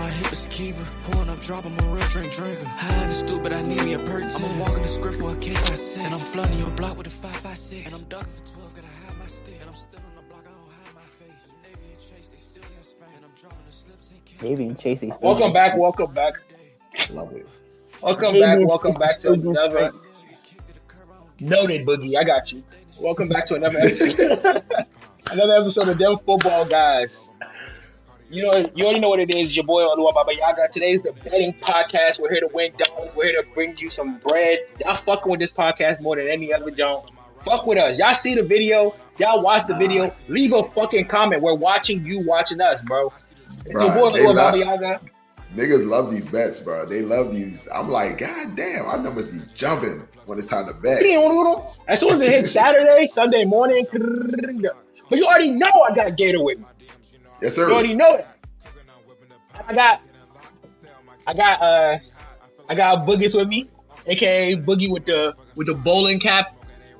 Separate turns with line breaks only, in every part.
Uh, keeper. Pouring up, drop, I'm a real drink drinker. High and stupid, I need me a perk 10. I'm walking the script for a kick by six. And I'm flooding your block with a 556. And I'm ducking for 12, gotta hide my stick. And I'm still on the block, I don't hide my face. Navy and Chase, they still in Spain. And I'm dropping the slips and kicks.
Navy and Chase. they still
Welcome
just-
back, welcome back,
Love it.
welcome
Navy
back,
and
welcome
Chase
back to
still just
another.
straight.
Noted, Boogie. I got you. Welcome back to another episode. another episode of Them Football Guys. You know, you already know what it is. Your boy Oluwa Baba Yaga. Today is the betting podcast. We're here to win dollars. We're here to bring you some bread. Y'all fucking with this podcast more than any other joint. Fuck with us. Y'all see the video. Y'all watch the video. Leave a fucking comment. We're watching you watching us, bro. It's your
Bruh,
boy
they
Oluwa
not-
Baba Yaga.
Niggas love these bets, bro. They love these. I'm like, God damn, I know must be jumping when it's time to bet.
As soon as it hits Saturday, Sunday morning, but you already know I got Gator with me.
Yes,
You already
sir.
know it. I got, I got, uh, I got Boogie's with me, aka Boogie with the with the bowling cap,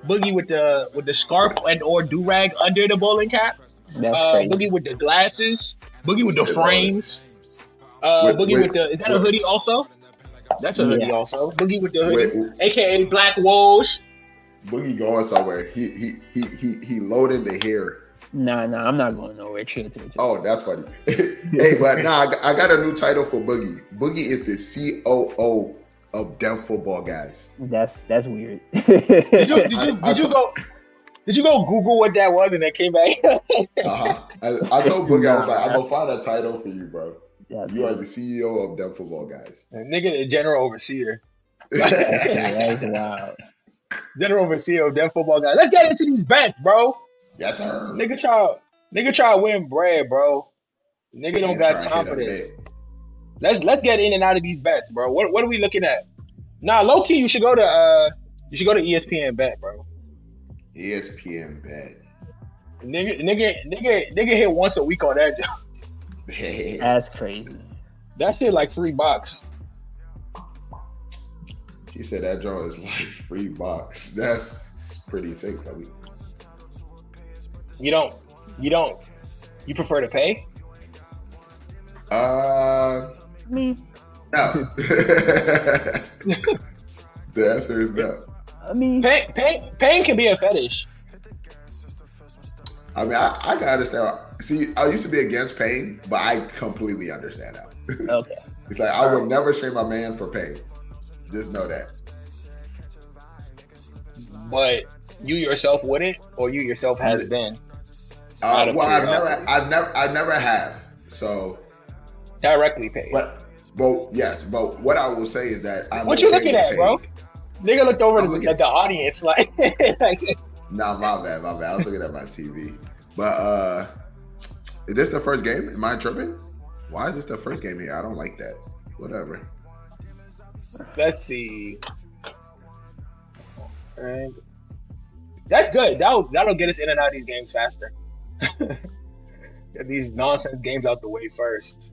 Boogie with the with the scarf and or do rag under the bowling cap,
That's
uh,
crazy.
Boogie with the glasses, Boogie with the
Yeah,
frames, uh,
With-
Boogie
with-
with the is that a
with-
hoodie also? That's a hoodie
Yeah.
also. Boogie with the
Wait,
hoodie, aka Black Wolves.
Boogie going somewhere. He he he he he loaded the hair.
Nah, nah, I'm not going nowhere. Chill, chill, chill.
Oh, that's funny. hey, but nah, I got- I got a new title for Boogie. Boogie is the COO of them football guys.
That's that's weird.
Did you did you,
I- I
did you
t-
go? Did you go Google what that was and it came back?
Uh-huh. I, I told Boogie, I was like, I'm gonna find a title for you, bro.
That's
You are the
crazy.
CEO of them football guys.
Nigga, the general overseer.
That's wild.
General overseer of them football guys. Let's get into these bets, bro.
yes, sir.
Nigga try nigga try to win bread, bro. Nigga don't
Man,
got
trying to
time
hit
for
a
this.
bet.
Let's let's get in and out of these bets, bro. What what are we looking at? Nah, low key, you should go to uh you should go to ESPN bet, bro.
E ESPN bet.
Nigga nigga nigga nigga hit once a week on that.
That's crazy.
That shit like three bucks.
he said that draw is like free box. That's pretty sick, buddy.
You don't you don't you prefer to pay?
Uh,
Me,
no. the answer is no.
I mean,
Pain pain pain can be a fetish.
I mean, I, I can understand. See, I used to be against pain, but I completely understand now.
okay.
It's like I would never shame my man for pain. Just know that.
but you yourself wouldn't, or you yourself has been. Out
Uh,
of
well, I've never,
curiosity.
I've never, I never have. So,
Directly paid.
but, but yes, but what I will say is that I'm.
What you
okay
looking
with
at,
pain.
bro? Nigga looked over
I'm
at
looking-
the, at the audience like, like
Nah, my bad, my bad. I was looking at my TV. But uh is this the first game? Am I tripping? Why is this the first game here? I don't like that. Whatever.
let's see. And that's good. That'll that'll get us in and out of these games faster. Get these nonsense games out the way first.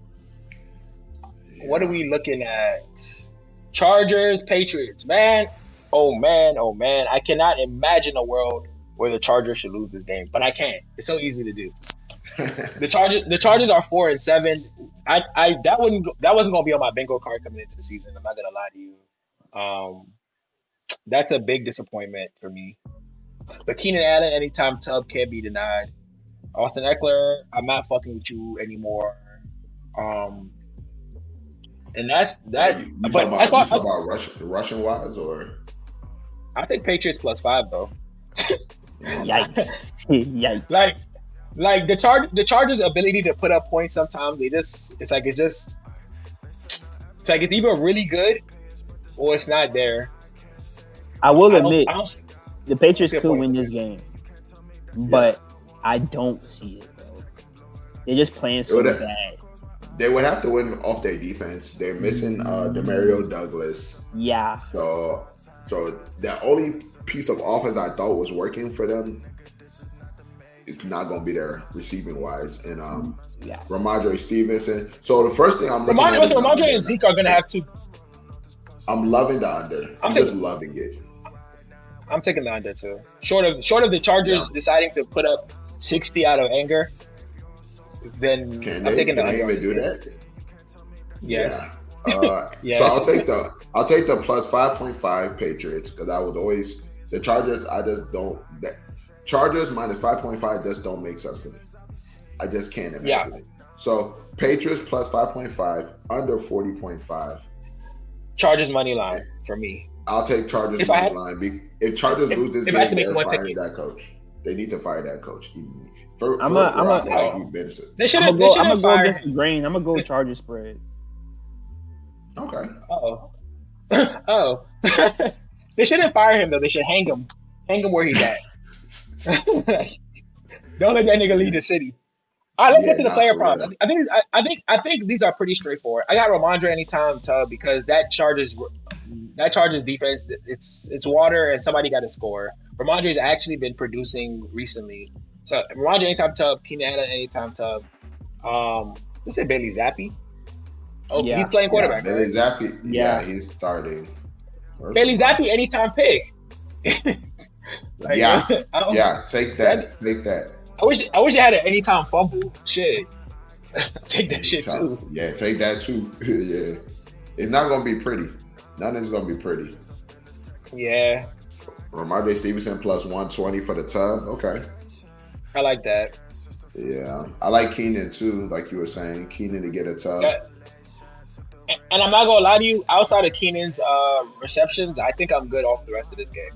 What are we looking at? Chargers, Patriots. Man, oh man, oh man. I cannot imagine a world where the Chargers should lose this game, but I can. It's so easy to do. The Chargers, the Chargers are four and seven. I, I that wouldn't that wasn't gonna be on my bingo card coming into the season. I'm not gonna lie to you. Um, that's a big disappointment for me. But Keenan Allen, anytime tub can't be denied. Austin Eckler, I'm not fucking with you anymore. Um, and that's that.
you, you
but
talking
that's
about,
why-
you talking about Russian Russian wise or
I think Patriots plus five though.
Yikes! Yikes!
Like- like the charge the Chargers' ability to put up points sometimes they just it's like it's just it's like it's either really good or it's not there.
I will
I don't-
admit
I don't-
the Patriots
Good
could
point.
win this game, but I don't see it. Bro. They're just playing so
Yo, that-
bad.
they would have to win off their defense. They're missing uh Demario Douglas.
Yeah,
So so the only piece of offense I thought was working for them is not gonna be there receiving wise. And um
yeah.
Ramondre Stevenson. So the first thing I'm looking
Ramondre,
at is
listen,
the
Ramondre
under.
and Zeke are gonna have to
I'm loving the under. I'm
Okay.
just loving it.
I'm taking the under too. Short of short of the Chargers
Yeah.
deciding to put up sixty out of anger, then
Can
I'm
they,
taking
can
the
they
under.
even do that?
Yes.
Yeah. Uh,
Yeah.
So I'll take the I'll take the plus five point five Patriots because I would always the Chargers. I just don't that Chargers minus five point five just don't make sense to me. I just can't imagine
Yeah.
it. So Patriots plus five point five under forty point five.
Chargers money line for me.
I'll take Chargers
If I
money
had-
line. Be- If Chargers
if-
lose this
if I had
game,
to make
they're
one
firing
ticket.
that coach. They need to fire that coach. He, for,
I'm
for-
a-
for
I'm a-
I feel like he benefits.
They should
I'm
have.
gonna
They
go.
should
I'm
have
gonna go against
fired.
the grain. I'm gonna go Charger spread.
Okay.
Oh, oh. they shouldn't fire him though. They should hang him. Hang him where he's at. Don't let that nigga leave the city. All right, let's
Yeah,
get to the
nah,
player
for
props.
real.
I think I, I think I think these are pretty straightforward. I got Ramondre anytime Tub because that charges that charges defense. It's it's water and somebody got to score. Ramondre's actually been producing recently. So Ramondre anytime Tub, Keenan Allen anytime Tub. Um, let's say Bailey Zappi. Oh,
Yeah.
he's playing quarterback.
Yeah,
right?
Bailey Zappi. Yeah,
Yeah.
he's starting. Where's-
Bailey Zappi anytime pick. Like,
Yeah.
I don't,
Yeah, take that. Take that.
I wish I wish I had an anytime fumble. Shit. Take that shit
Tough.
too.
Yeah, take that too. yeah, it's not gonna be pretty. None is gonna be pretty.
Yeah,
Ramondre Stevenson plus one twenty for the tub. Okay.
I like that.
Yeah, I like Keenan too. Like you were saying, Keenan to get a tub.
That- And- And I'm not gonna lie to you. Outside of Keenan's uh, receptions, I think I'm good off the rest of this game.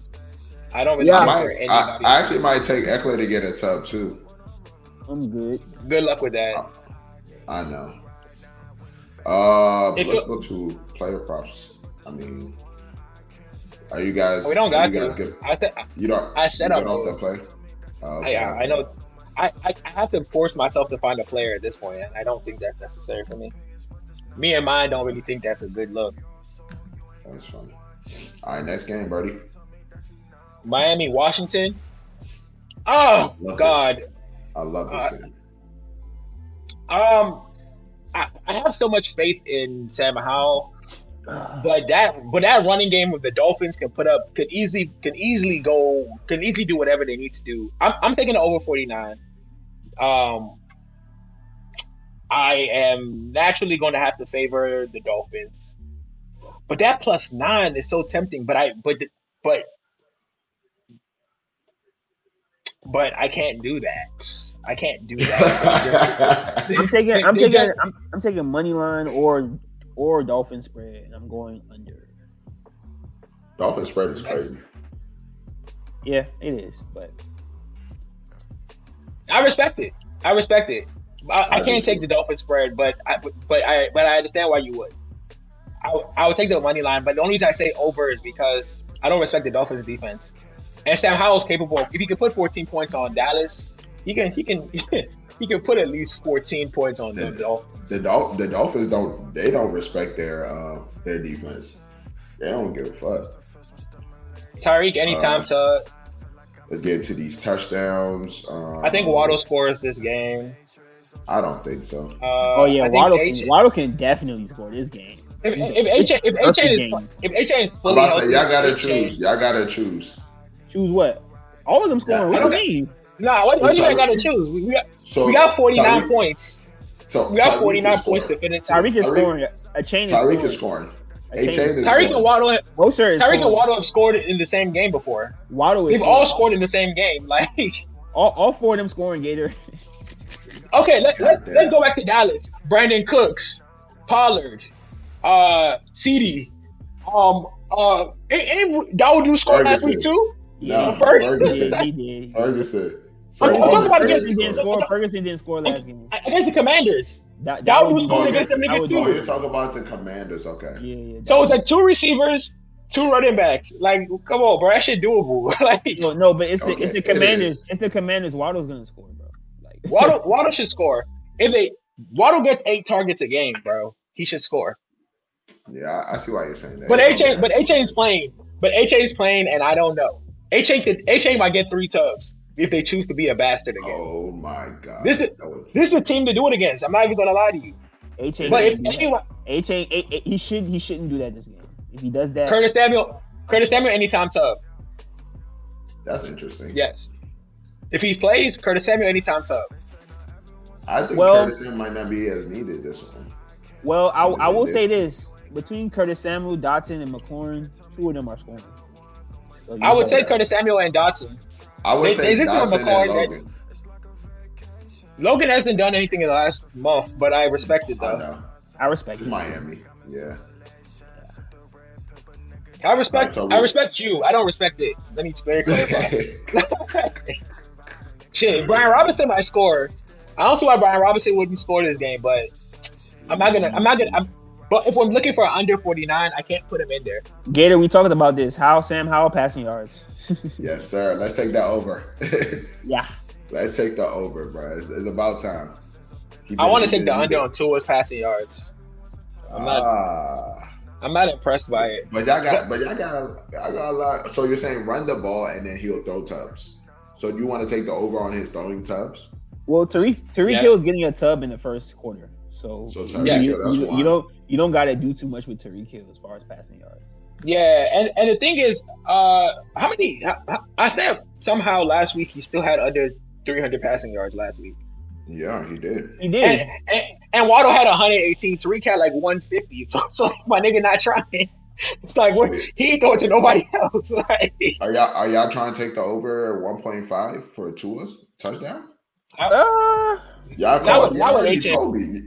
I don't really
Yeah.
I,
care
might-
for anybody.
I- I actually might take Eckler to get a tub too.
I'm good.
good luck with
Uh,
that.
I know. Uh, but
If
let's go to player props. I mean, are you guys?
we don't
are
got
you guys
to.
good?
I think
You don't.
I said
you
I
good off
would.
the play. Uh,
I, I know. I, I I have to force myself to find a player at this point, and I don't think that's necessary for me. Me and mine don't really think that's a good look.
That's funny. All right, next game, buddy.
Miami, Washington. Oh
Love this.
God.
I love this
Uh,
game.
Um, I, I have so much faith in Sam Howell, but that but that running game of the Dolphins can put up could easily can easily go can easily do whatever they need to do. I'm I'm taking the over 49. Um, I am naturally going to have to favor the Dolphins, but that plus nine is so tempting. But I but but but I can't do that. I can't do that.
I'm taking.
They-
I'm
they
taking.
just-
I'm, I'm taking money line or or Dolphin spread, and I'm going under.
Dolphin spread is crazy.
Yeah, it is. But
I respect it. I respect it.
I
I, I
do
can't take
too.
the Dolphin spread, but I, but I but I understand why you would. I, would- I would take the money line, but the only reason I say over is because I don't respect the Dolphins defense. And Sam Howell's capable. Of, if he can put 14 points on Dallas, he can he can he can put at least 14 points on the
Yeah.
Dolphins.
The Dol- the Dolphins don't they don't respect their uh, their defense. They don't give a fuck.
Tyreek anytime
Uh,
to
Let's get to these touchdowns. Um,
I think Waddle scores this game.
I don't think so.
Uh,
oh yeah,
I think
Waddle.
A-Chain-
Can, Waddle can definitely score this game.
If if A-Chain- if A-Chain is
Games.
if A-Chain is
I'm
fully
about to
healthy,
say, y'all gotta
A-Chain-
choose. Y'all gotta choose.
Choose what? All of them
Yeah,
scoring.
I
what do
don't-
you mean?
Nah, what, what do you guys gotta choose? We, we got,
So
we got 49
Tyreek-
points.
so
We got
Tyreek
49
is scoring.
points to finish.
Tyreek is
Tyreek-
scoring. A chain is
Tyreek
scoring.
is scoring.
A
A
chain is-
chain is
Tyreek and
scoring.
Waddle.
Moser is
Tyreek and
scoring.
Waddle have scored in the same game before.
Waddle is
They've all
scoring.
scored in the same game. Like,
All, all four of them scoring. Gator.
okay, let's let,
Goddamn.
let's go back to Dallas. Brandon Cooks, Pollard, uh, CD, um, uh, and, and Dawoodu scored last week
Ferguson.
too.
Nah,
Ferg-
Ferguson.
Yeah, he did.
Ferguson.
Oh,
Ferguson.
you talking about
Ferguson
against-
didn't
Oh,
score. Ferguson didn't score last game.
I- Against the Commanders,
That,
Dowd
would
was
be-
scoring
against
them
that
niggas
would be-
Oh,
too.
you're talking about the Commanders, okay?
Yeah, yeah.
so it's like two receivers, two running backs. Like, come on, bro, that shit doable. like,
No, no, but it's the
Okay,
it's the
it
commanders.
is.
it's the commanders. Waddle's gonna score, bro. Like
Waddle, Waddle should score. If they Waddle gets eight targets a game, bro, he should score.
Yeah, I, I see why you're saying that.
But
It's
AJ,
okay.
but AJ's playing. But AJ's playing, and I don't know. AJ could AJ might get three tubs if they choose to be a bastard again.
Oh my god.
This is-
That was-
This is the team to do it against. I'm not even gonna lie to you.
A Chain,
But if
can't do that.
anyone,
A Chain, A- A- he should he shouldn't do that this game. If he does that,
Curtis Samuel, Curtis Samuel, anytime tub.
that's interesting.
Yes. If he plays, Curtis Samuel, anytime tub.
I think
Well-
Curtis Samuel might not be as needed this one.
Well, I,
Yeah,
I will
they-
say this: between Curtis Samuel, Dotson, and McLaurin, two of them are scoring. So,
I would
yeah.
take Curtis Samuel and Dotson.
I would
They-
take
they- this is what
Dotson
McCoy did.
and Logan.
Logan hasn't done anything in the last month, but I respect it
I
though.
know.
I respect
It's
it.
Miami. Yeah.
I respect.
Right, so we-
I respect you. I don't respect it. Let me very clarify. Shit, Brian Robinson might score. I don't see why Brian Robinson wouldn't score this game, but I'm not gonna. I'm not gonna. I'm, but if I'm looking for an under 49, I can't put him in there.
Gator, we talking about this. How Sam Howell passing yards?
yes, sir. Let's take that over.
yeah,
Let's take the over, bro. It's, it's about time. He
I
been-
want to
he
take the
been- he
under
been-
on Tua's passing yards. I'm not-
Ah.
I'm not impressed by it.
But y'all got, but y'all got, I got a lot. So you're saying run the ball and then he'll throw tubs. So you want to take the over on his throwing tubs?
Well, Tariq Tariq
Yeah.
Hill's getting a tub in the first quarter, so,
So
you-
Tyreek
you,
Hill, that's
you-
why.
you don't you don't got to do too much with Tariq Hill as far as passing yards.
Yeah, and, and the thing is, uh, how many? How, how- I said somehow last week he still had under 300 passing yards last week,
Yeah, he did.
He did.
and and, and Waddle had 118. Tariq had like 150. So, so my nigga not trying. It's like what, he ain't throwing to nobody else. Like,
Are y'all are y'all trying to take the over 1.5 for Tua's touchdown?
Uh,
Y'all
That was-
called. Y'all
that was
already
ancient.
told me.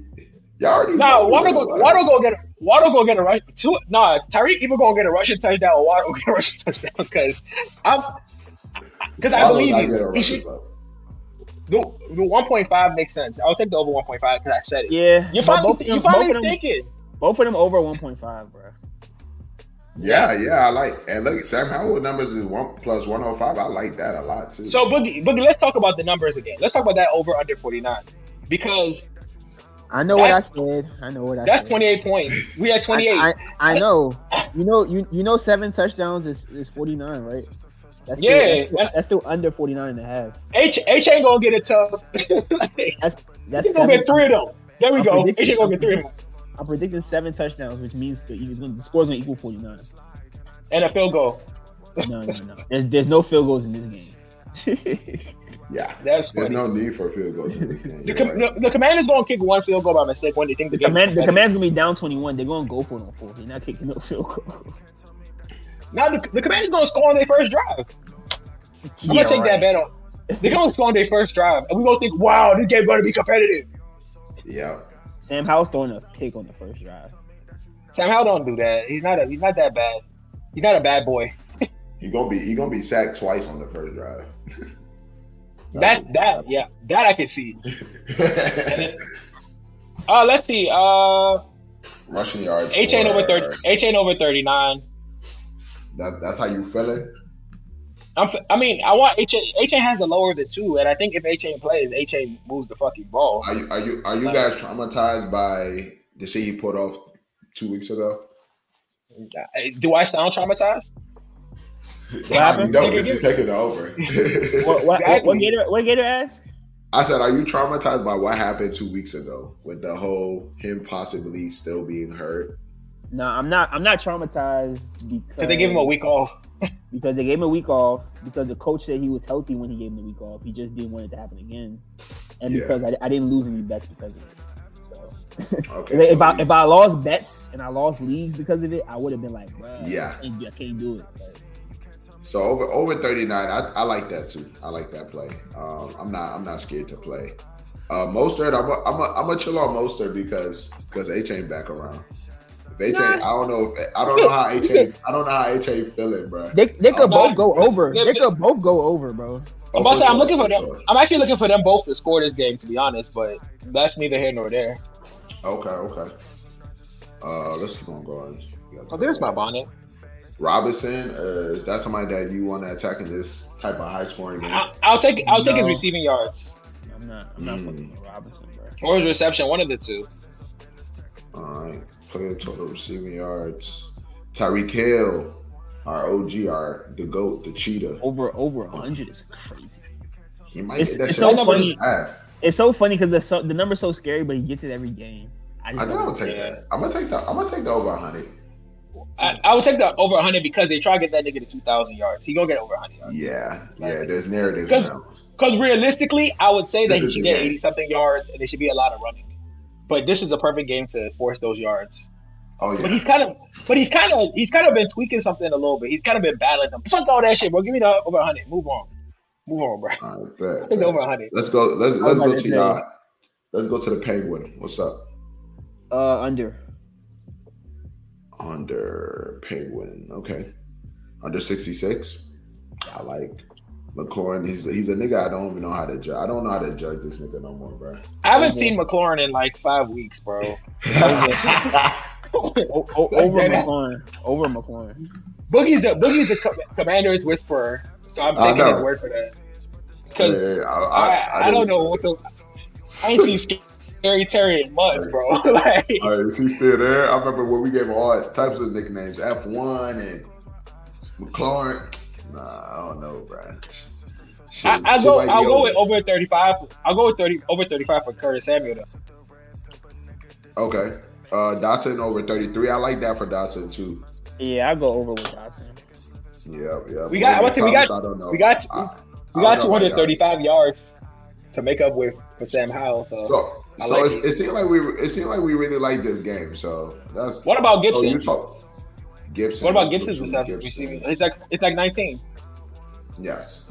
Y'all already
no,
told
Waddle
me what it
go,
was.
Waddle go get a Waddle go get a rush. Two, nah, Tyreek even gonna get a rushing touchdown. Or Waddle get a rushing touchdown because I'm because I
Waddle
believe
not
you.
get a
He
rushing
should-
tub.
The, the 1.5 makes sense. I'll take the over 1.5 because I said it.
yeah,
You
but
finally,
both of
you
them,
finally
both of them,
thinking.
both of them over one point five, bro.
Yeah, yeah, I like. And look, Sam Howell numbers is one plus 105. I like that a lot too.
So Boogie, Boogie, let's talk about the numbers again. Let's talk about that over under 49 because
I know what I
That's-
said. I know what I
that's
said.
28 points. We had 28.
I, I, I know. You know. You you know. Seven touchdowns is, is forty nine, right? That's still-
Yeah,
that's still,
that's-
that's still under 49 and a half.
H H ain't gonna get a tough. like,
That's
he's gonna
seven,
get three of them. There we
I'm
go. H
predicting-
ain't gonna get three of them
I'm predicting seven touchdowns, which means that he's gonna, the score's going to equal 49.
and a field goal.
No, no, no. There's, there's no field goals in this game.
yeah,
That's
there's
funny.
no need for field goals in this game.
the,
You're
com-
right.
the, the commander's gonna kick one field goal by mistake when they think the,
The
game.
command, the
competitive.
command's going to be down 21. They're going to go for it on fourth. They're not kicking no field goal.
Now the, the commander's gonna score on their first drive. I'm gonna take that bet on. They're gonna score on their first drive, and we gonna think, "Wow, this game gonna be competitive."
Yeah.
Sam Howell's throwing a pick on the first drive.
Sam Howell don't do that. He's not a, he's not that bad. He's not a bad boy.
He gonna be he gonna be sacked twice on the first drive.
That that yeah, that I can see.
that
Uh let's see. Uh
rushing yards.
H ain't
for-
over thirty H ain't over thirty nine.
That, that's how you feel it.
I'm f- I mean I want H H has the lower of the two, and I think if H plays, H moves the fucking ball.
Are you are you are you guys traumatized by the shit he put off two weeks ago?
Uh, Do I sound traumatized?
you
happened?
don't because you're taking it over.
What, what, what,
Exactly.
what Gator? What Gator asked?
I said, are you traumatized by what happened two weeks ago with the whole him possibly still being hurt?
No, I'm not. I'm not traumatized because
Because they give him a week off.
because they gave him a week off because the coach said he was healthy when he gave him the week off. He just didn't want it to happen again, and
Yeah.
because I, I didn't lose any bets because of it. So
Okay.
if, I
so
if I lost bets and I lost leagues because of it, I would have been like, bruh,
Yeah.
I can't, I can't do it. But
So over over 39, I, I like that too. I like that play. Um, I'm not I'm not scared to play. Uh, Mostert, I'm a, I'm a, I'm a chill on Mostert because because H ain't back around. If H ain't, I don't know. If, I don't know how H ain't, I don't know how H ain't feeling, bro.
They, they could
I'm
both
not-
go over.
Yeah,
They
but-
could both go over, bro.
Oh,
I'm about to say, I'm looking for
sure,
them.
sure.
I'm actually looking for them both to score this game, to be honest. But that's neither here nor there.
Okay, okay. Uh, let's keep on going. We got-
Oh, there's my bonnet.
Robinson. Uh, is that somebody that you want to attack in this type of high scoring game?
I, I'll take I'll take his
No.
receiving yards
I'm not. I'm not
Mm.
fucking with Robinson, bro.
or his reception, one of the two.
All right, player total receiving yards. Tyreek Hill, our OG, our the goat, the cheetah.
Over over hundred is crazy.
He might
It's-
get that
it's
shit.
so
on
funny.
first half.
It's so funny because the so, the number's so scary, but he gets it every game. I
I
just
think I'm
don't
gonna take
Yeah.
that. I'm gonna take the. I'm gonna take the over 100.
I, I would take the over 100 because they try to get that nigga to 2,000 yards. He gonna get over 100 yards.
Yeah, yeah. There's narrative
Because-
now.
Because realistically, I would say that
This
he
is
should
the
get
game.
80 something yards and there should be a lot of running. But this is a perfect game to force those yards.
Oh yeah.
But he's kind of, but he's kind of, he's kind of been tweaking something a little bit. He's kind of been balancing. Fuck all that shit, bro. Give me the over 100. Move on. Move on, bro.
All right, bet,
Take the over
bet.
100.
Let's go. Let's let's
about
go
to
to
say-
y'all. Let's go to the penguin. What's up?
Uh, under.
Under penguin. Okay. Under sixty six. I like McCorn. He's he's a nigga. I don't even know how to judge. I don't know how to judge this nigga no more, bro.
I haven't seen McLaurin in like five weeks, bro.
O- o-
Like
over
that.
McLaurin. Over McLaurin.
Boogie's the Boogie's the com- commander's whisperer, so I'm
I
taking
know.
his word for that. Because
Yeah, I,
I, I, don't
just-
know what the I ain't seen Scary Terry in months, bro. like,
All right, is he still there? I remember when we gave him all types of nicknames, F one and McLaurin. Nah, I don't know, bro. Shit,
I, I
shit
go
might be
I'll go
over.
with over 35. I'll go with 30 over 35 for Curtis Samuel. Though.
Okay. Uh Dotson over 33. I like that for Dotson too.
Yeah, I go over with Dotson.
Yep, yep.
We got- I want to say we
Thomas,
got-
I don't know.
we got-
Oh, I-
We
I
got
don't know about y'all.
235 yards to make up with for Sam Howell. So,
So,
I
so
like
it, it seemed like we it seemed like we really like this game. So that's
what about
so you
Gibson?
Oh, talk Gibson.
what about
let's go
Gibson's
to
reception-
Gibson.
receiving? It's like it's like 19.
yes.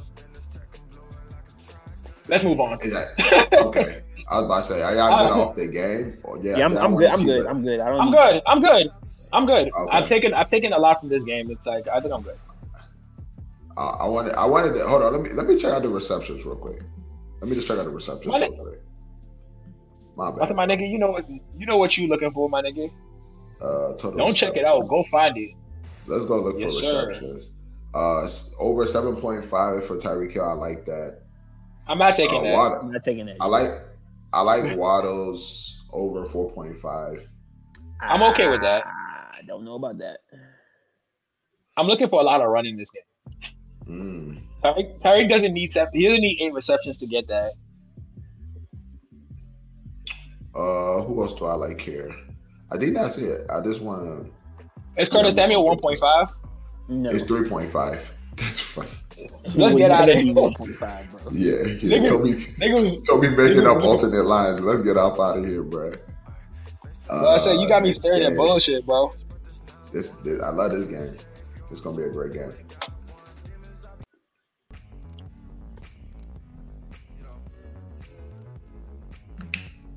Let's move on.
Is that- okay. I was about to say, I gotta
Uh,
get off the game. Oh, yeah,
Yeah, I'm,
I
I'm
wanna
good. I'm
see
good.
what-
I'm good. I don't.
I'm
need-
good. I'm good. I'm good.
Okay.
I've taken I've taken a lot from this game. It's like I think I'm good.
I, Uh, I wanted. I wanted to hold on. Let me let me check out the receptions real quick. Let me just check out the receptions
My
real
ni-
quick. My
I said,
bad.
my nigga, you know what you know what you looking for, my nigga.
Uh, total
Don't check it
receptions.
out. Go find it.
Let's go look
Yes,
for
sir.
receptions. Uh, s- over seven point five for Tyreek Hill. I like that.
I'm not taking
Uh,
that.
Waddle,
I'm not taking it.
I like. I
Mm-hmm.
like Waddles over four point five.
I'm okay with that.
Ah, I don't know about that.
I'm looking for a lot of running this game.
Mm.
Tyreek, Tyreek doesn't need sep- he doesn't need eight receptions to get that.
Uh, who else do I like here? I think that's it. Uh, I just want to.
It's Curtis
Yeah,
Samuel
I'm-
1.5.
No.
It's three point five. That's funny.
Let's get out of
Be
here.
1.5, bro.
Yeah, yeah.
Nigga-
Tell me,
nigga-
tell me, making
nigga-
up alternate lines. Let's get up out of here, Uh, bro.
Bro, I said you got me
next
staring at
game.
bullshit, bro.
This, this, I love this game. It's gonna be a great game.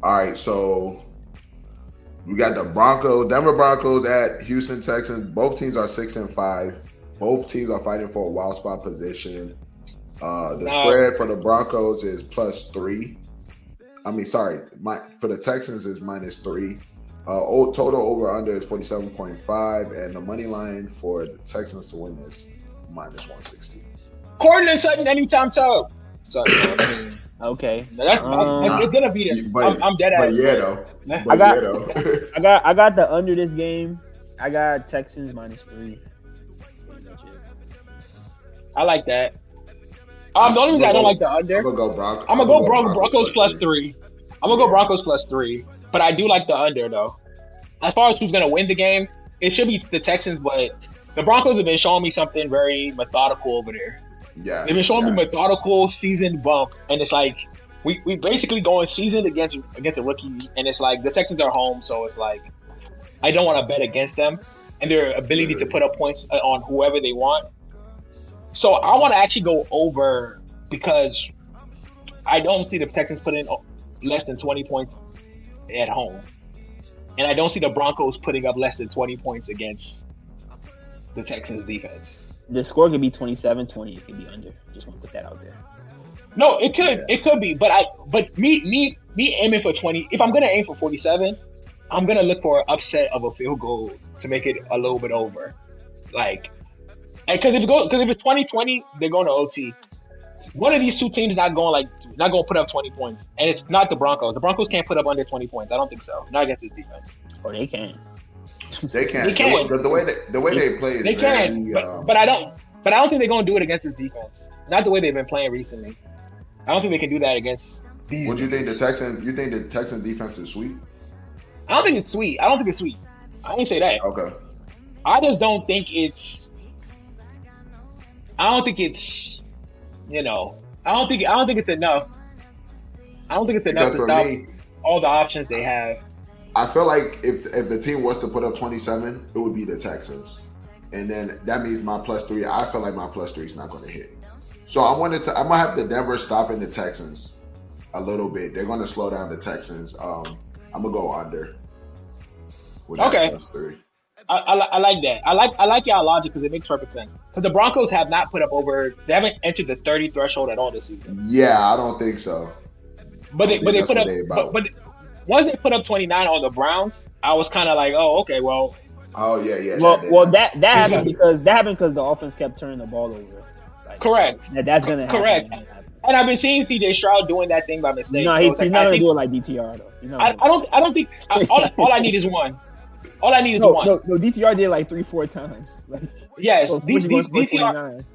All right, so we got the Broncos, Denver Broncos at Houston Texans. Both teams are six and five. Both teams are fighting for a wild spot position. Uh, the
Nah.
spread for the Broncos is plus three. I mean, sorry, my for the Texans is minus three. Uh, o- total over under is forty seven point five, and the money line for the Texans to win is minus one sixty.
Cortland Sutton anytime toe. Sorry, bro. I mean,
Okay.
that's,
Um,
that's- it's gonna be there. I'm, I'm dead
Uh, But
ass.
yeah, though.
Nah.
But
I got-
yeah, though.
I got I got the under this game. I got Texans minus three.
I like that. Um, the only reason I don't like the under.
I'm gonna go Broncos.
I'm gonna go Bron- Broncos plus three. I'm gonna go Broncos plus three, but I do like the under though. As far as who's gonna win the game, it should be the Texans, but the Broncos have been showing me something very methodical over there.
Yes,
They've been showing me
yes.
methodical season bump, and it's like we we basically going season against against a rookie, and it's like the Texans are home, so it's like I don't want to bet against them and their ability to put up points uh, on whoever they want. So I want to actually go over because I don't see the Texans putting o- less than twenty points at home, and I don't see the Broncos putting up less than twenty points against the Texans defense.
The score could be 27-20. It could be under. Just want to put that out there.
No, it could, it could be, but I, but me, me, me aiming for twenty. If I'm gonna aim for forty-seven, I'm gonna look for an upset of a field goal to make it a little bit over, like, because if it goes, because if it's 20-20, they're going to OT. One of these two teams not going like not going to put up twenty points, and it's not the Broncos. The Broncos can't put up under twenty points. I don't think so. Not against this defense.
Or Oh, they can.
They can't.
They can.
The, the way they, the way they play is
They
very,
can,
um,
but, but I don't. But I don't think they're going to do it against this defense. Not the way they've been playing recently. I don't think they can do that against. These
Would you think the Texans? You think the Texans defense is sweet?
I don't think it's sweet. I don't think it's sweet. I didn't say that.
Okay.
I just don't think it's. I don't think it's. You know, I don't think I don't think it's enough. I don't think it's enough
Because
to
for
stop
me,
all the options they have.
I feel like if if the team was to put up 27, it would be the Texans, and then that means my plus three. I feel like my plus three is not going to hit. So I wanted to. I'm gonna have the Denver stopping the Texans a little bit. They're going to slow down the Texans. Um, I'm gonna go under. with that
Okay.
Plus three.
I, I, li- I like that. I like I like y'all logic because it makes perfect sense. Because the Broncos have not put up over. They haven't entered the 30 threshold at all this season.
Yeah, I don't think so.
But they
I think
but they
that's
put
what
up.
they
but,
about.
but once they put up 29 on the Browns, I was kind of like, oh okay, well
Oh yeah, yeah.
Well,
that-
well, that that happened
Yeah.
because that happened because the offense kept turning the ball over. Like,
correct.
That, that's gonna happen.
Correct. And I've been seeing CJ Stroud doing that thing by mistake.
No,
So
he's,
it's like,
he's not
I,
gonna
think-
do it like DTR though. You know,
I, I don't I don't think I, all, all I need is one. All I need is
no,
one.
no, no, DTR did like three, four times. Like,
Yes,
so
these,
Fuji
these,
goes for
DTR
29.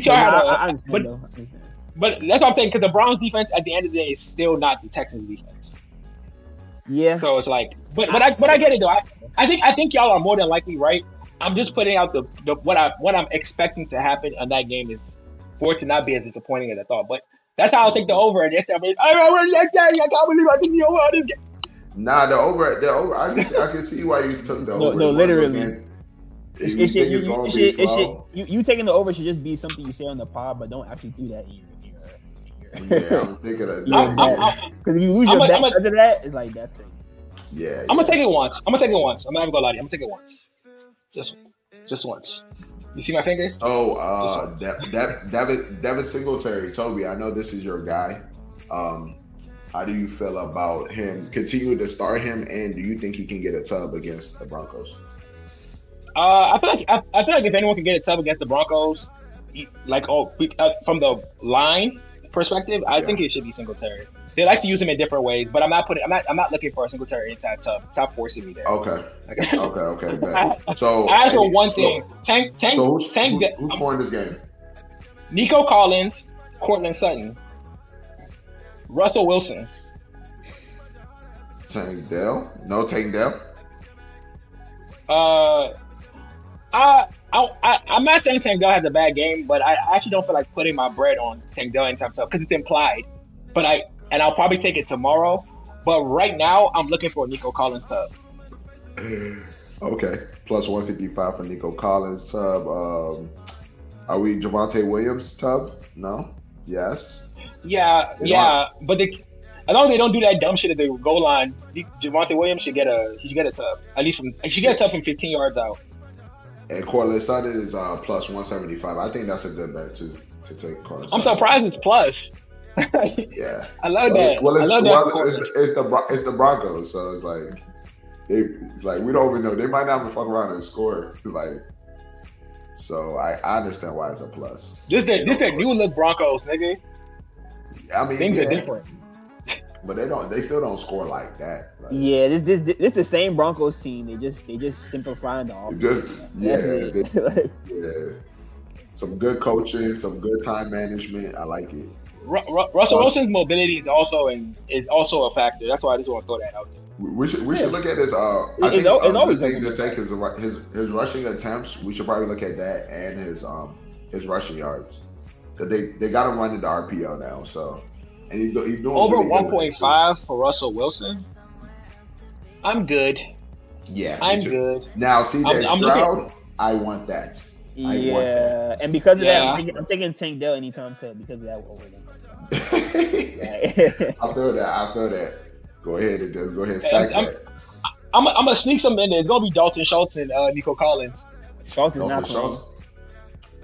DTR
No,
had
I,
a-
I understand
but
though. I understand.
But that's what I'm saying because the Browns defense at the end of the day is still not the Texans defense.
Yeah,
So it's like, but but I but I get it though. I, I think I think y'all are more than likely right. I'm just putting out the, the what I what I'm expecting to happen on that game is for it to not be as disappointing as I thought. But that's how I take the over. And that's I mean, I, I, I, I can't believe I think the over on this game.
Nah, the over, the over. I can, I can see why you took the
No,
over.
no, literally. It
If you
should-
think
you-
it's gonna
you- it
be
should- it should-
slow,
you- you taking the over should just be something you say on the pod, but don't actually do that in your- in your- in your-
yeah, I'm thinking of
Yeah,
I'm, I'm,
yeah,
I'm,
Because if you lose
I'm
your
a-
bet
I'm a-
because of that, it's like that's crazy.
yeah.
I'm gonna take it once. I'm gonna take it once. I'm not even gonna lie to you. I'm gonna take it once. Just just once. You see my finger?
Oh, uh, De- De- Devin, Devin Singletary, Toby. I know this is your guy. Um, how do you feel about him? Continue to start him, and do you think he can get a tub against the Broncos?
Uh, I feel like I, I feel like if anyone can get a tub against the Broncos, e- like oh, we- uh, from the line perspective, I
Yeah.
think it should be Singletary. They like to use him in different ways, but I'm not putting I'm not I'm not looking for a Singletary inside tub. Stop forcing me there.
Okay,
Like,
okay, okay. bet. So
I ask for
hey,
one
oh, so-
thing: Tank Tank
So who's
Tank
who's,
De-
who's scoring this game?
Nico Collins, Cortland Sutton, Russell Wilson.
Tank Dell? No, Tank Dell.
Uh, I, I, I, I'm not saying Tank Dell has a bad game, but I actually don't feel like putting my bread on Tank Dell anytime soon because it's implied. But I and I'll probably take it tomorrow. But right now, I'm looking for Nico Collins tub.
Okay, plus one fifty five for Nico Collins. Tub. Um, are we Javante Williams? Tub? No. Yes.
Yeah,
They
yeah. But they, as long as they don't do that dumb shit at the goal line, Javante Williams should get a he should get a tub at least from he should get a tub from 15 yards out.
And Cortland Sutton is uh, plus one seventy five. I think that's a good bet too to take Cortland.
I'm
Sutton.
surprised it's plus. I
Yeah.
love
Well,
that.
it- well,
I
it's,
love that.
well, it's, it's the Bron- it's the Broncos, so it's like they, it's like we don't even know. They might not even fuck around and score. Like, so I, I understand why it's a plus.
just that,
They
just
don't
that new
score.
look Broncos, nigga.
I mean,
Things
yeah,
are different.
but they don't. They still don't score like that. Like,
Yeah, this this this the same Broncos team. They just they just simplifying the
It
offense.
Just yeah,
That's it.
they-
Like,
yeah. Some good coaching, some good time management. I like it.
Ru- Ru- Russell
Us.
Wilson's mobility is also in, is also a factor. That's why I just want to throw that out. there.
We, we should we should look at this. Uh, I
It's
think
al- it's
uh, the
always
thing to
looking
take is the ru- his his rushing attempts. We should probably look at that and his um his rushing yards. 'Cause they they got him running the RPO now. So and he's, do- he's doing
Over
really good with it,
1.5 for Russell Wilson. I'm good.
too. Yeah, me
I'm
too.
good.
Now CJ
I'm- I'm looking-
Stroud, I want that. I want
yeah, and because of that,
Yeah.
I'm taking, I'm taking Tank Dell anytime too. Because of that, over them.
I
Like,
feel that. I feel that. Go ahead and just go ahead and
Hey,
stack
I'm-
that.
I'm, I'm gonna sneak some in there. It's gonna be Dalton Schultz and uh, Nico Collins.
Schultz is
Dalton
not playing.
Schultz.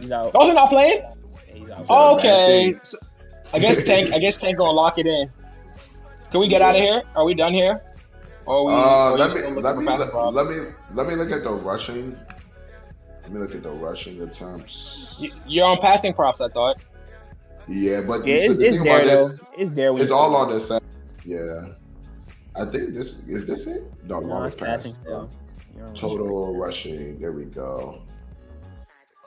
He's out.
Dalton not playing?
He's out.
Said a bad
Oh. okay.
thing.
So- I guess Tank. I guess Tank gonna lock it in. Can we get out of here? Are we done here?
Oh,
Or are we,
Uh,
are
let
you
me
still looking
let
for
me
basketball?
let, let me let me look at the rushing. Let me look at the rushing attempts.
You- You're on passing props. I thought.
Yeah, but
Yeah,
this
it's,
is the
it's
thing about
there though.
this,
It's there. When
it's all on the side. Yeah, I think this is this it. No,
No,
longest
it's passing
pass.
still. You're on-
Total rushing. There we go.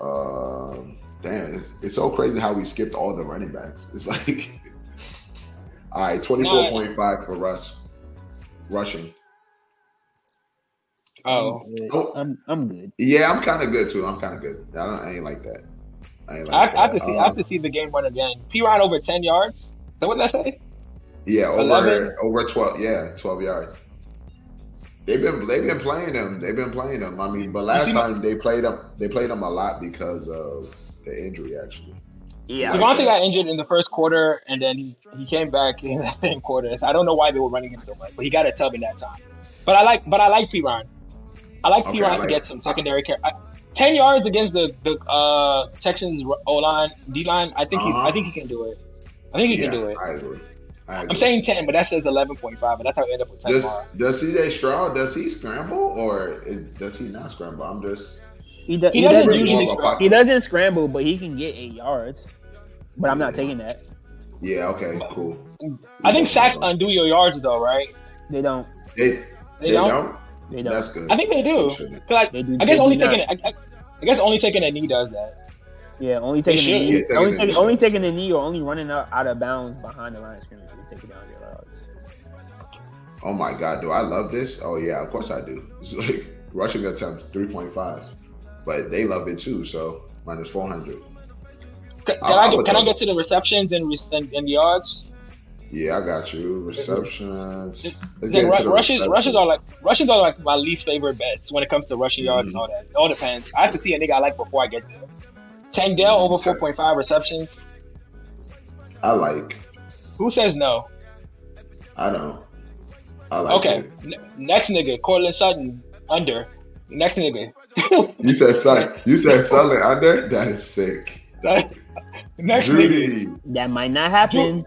Um, damn, it's, it's so crazy how we skipped all the running backs. It's like, all right, twenty four point five for Russ rushing.
Oh,
I'm good.
Oh.
I'm I'm good.
Yeah, I'm kind of good too. I'm kind of good. I don't. I ain't like that. I ain't like
I, I
that.
have to see. I have
Um,
to see the game run again. P Ryan over ten yards. Is that what did I say?
Yeah,
11?
over over twelve. Yeah, twelve yards. They've been they've been playing them. They've been playing them. I mean, but last time they played them, they played them a lot because of the injury. Actually,
Yeah.
Devontae got injured in the first quarter, and then he, he came back in that same quarter. So I don't know why they were running him so much, but he got a tub in that time. But I like, but I like Piron. I like
Okay,
Piron
I
to
like
get
it.
some secondary care. I, Ten yards against the the uh, Texans O line, D line. I think he's
Uh-huh.
I think he can do it. I think he
yeah,
can do it.
I agree. I agree.
I'm saying ten, but that says eleven point five, and that's how I end up with ten.
does
tomorrow.
does CJ Stroud does he scramble or is, does he not scramble? I'm just
He, do,
He
he,
doesn't
doesn't
Really
usually
warm up
scramble.
pocket.
he doesn't scramble, but he can get eight yards. But I'm not taking that.
Yeah. Okay. Cool.
I think sacks undo your yards though, right?
They don't.
They,
They,
they,
don't?
don't?
They don't.
That's good.
I think they do.
They shouldn't.
'Cause, like,
They do-
I guess
they
only
do
taking
not.
I, I, I guess only taking a knee does that.
Yeah, only
They
taking the
should.
knee.
Yeah, taking
only,
the
taking
knee,
only
yes.
taking the knee or only running out, out of bounds behind the line of scrimmage. would Take it down your yards.
Oh my god, do I love this? Oh yeah, of course I do. It's like rushing attempt three point five, but they love it too. So minus four hundred.
Can, can
I-
I,
I
get
would
can I
do.
get to the receptions and re- and, and yards?
Yeah, I got you. Receptions. Let's
Like,
get
ru-
into the
rushes
receptions.
rushes are like rushes are like my least favorite bets when it comes to rushing yards and
Mhm.
all that. It all depends. I have to see a nigga I like before I get there. Tank Dell over four point five receptions.
I like.
Who says no?
I don't. I like.
Okay,
it.
N- next nigga, Cortland Sutton under. Next nigga,
You said Sun. You said Sully under. That is sick.
next nigga,
Judy.
That might not happen.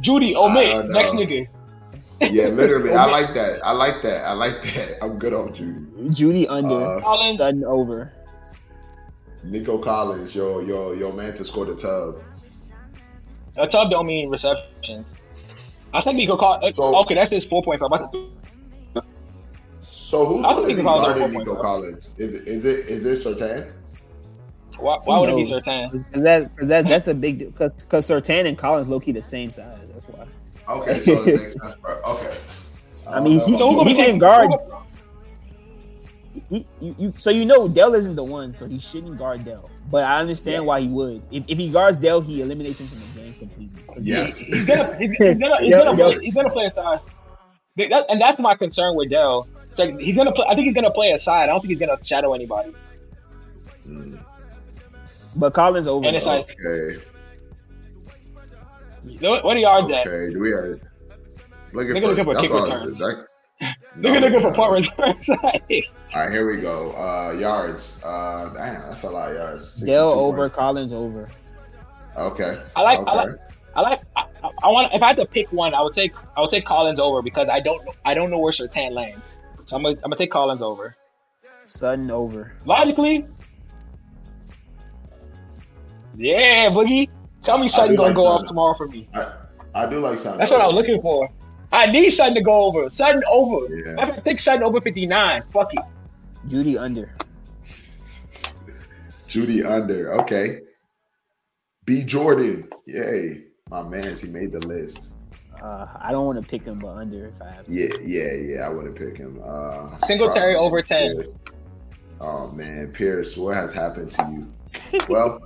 Judy
I
omit.
don't
Next
know.
nigga,
Yeah, literally. I like that. I like that. I like that. I'm good on Judy.
Judy under,
Uh,
Collins.
sudden over.
Nico Collins, your your your man to score the tub.
A tub uh, don't mean receptions. I think Nico caught.
So-
uh, okay, that's his four point five.
So who's
I don't
going to
think
be
Collins are
guarding
four
Nico
points,
Collins? Is it is it is it Sertan?
Why, why would it be
Who knows?
Sertan?
'Cause that, 'cause that, that's a big deal. Because Sertan and Collins low key the same size. That's why.
Okay, so it makes sense, bro. Okay.
I mean,
don't
he-
know.
So who gonna- can
take-
guard.
who gonna-
He, you, you, so you know Dell isn't the one, so he shouldn't guard Dell. But I understand why he would. If, if he guards Dell, he eliminates him from the game completely. 'Cause
yes.
He's gonna, he's, he's gonna, he's
Yeah,
gonna,
yeah.
play, he's gonna play a side. Th- that- and that's my concern with Dell. It's like he's gonna play. I think he's gonna play a side. I don't think he's gonna shadow anybody.
Mm,
But Collins over.
And it's
though.
like-
okay.
What, what are yards at?
Okay. Do we have looking
Nigga
for,
looking for
that's
kick
all it
returns.
is. That-
Nigga,
No,
looking for
no.
punt return side.
All right, here we go. Uh, yards. Uh, damn, that's a lot of yards.
Dell
62
over,
points.
Collins over.
Okay.
I like- I
Okay.
like- I like. I, I- I want. If I had to pick one, I would take. I would take Collins over because I don't. know- I don't know where Sertan lands. So I'm gonna. I'm gonna take Collins over.
Sutton over.
Logically. Yeah, Boogie. Tell me
I
Sutton
do
gonna
like
go off
Sutton.
tomorrow for me.
I, I do like something.
That's what I was looking for. I need Sutton to go over. Sutton over.
Yeah.
I think Sutton over 59. Fuck it.
Judy under.
Judy under. Okay. B Jordan. Yay. My man's he made the list.
Uh, I don't want to pick him, but under if I have. To.
Yeah, yeah, yeah. I would have picked him. Uh
Singletary
probably
over 10.
Pierce. Oh man, Pierce, what has happened to you? well,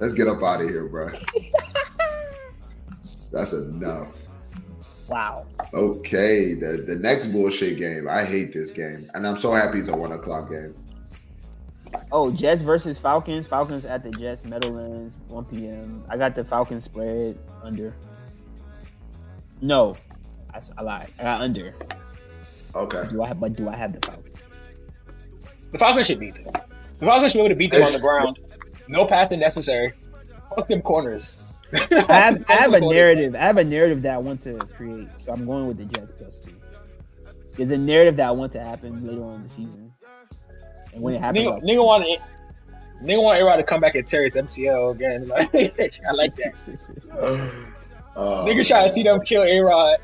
let's get up out of here, bro. That's enough.
Wow.
Okay, the the next bullshit game. I hate this game, and I'm so happy it's a one o'clock game.
Oh, Jets versus Falcons. Falcons at the Jets. Meadowlands. 1 p.m. I got the Falcons spread under. No, I, s- I lied. I got under.
Okay,
Do I? Have, but do I have the Falcons?
The Falcons should beat them. The Falcons should be able to beat them on the ground. No passing necessary. Fuck them corners.
I have, I have a narrative. I have a narrative that I want to create. So I'm going with the Jets plus two. There's a narrative that I want to happen later on in the season, and when it happens,
Nigga,
I'll-
nigga want nigga want A-Rod to come back and tear his MCL again. Like, I like that.
uh,
Nigga trying to see them kill A-Rod.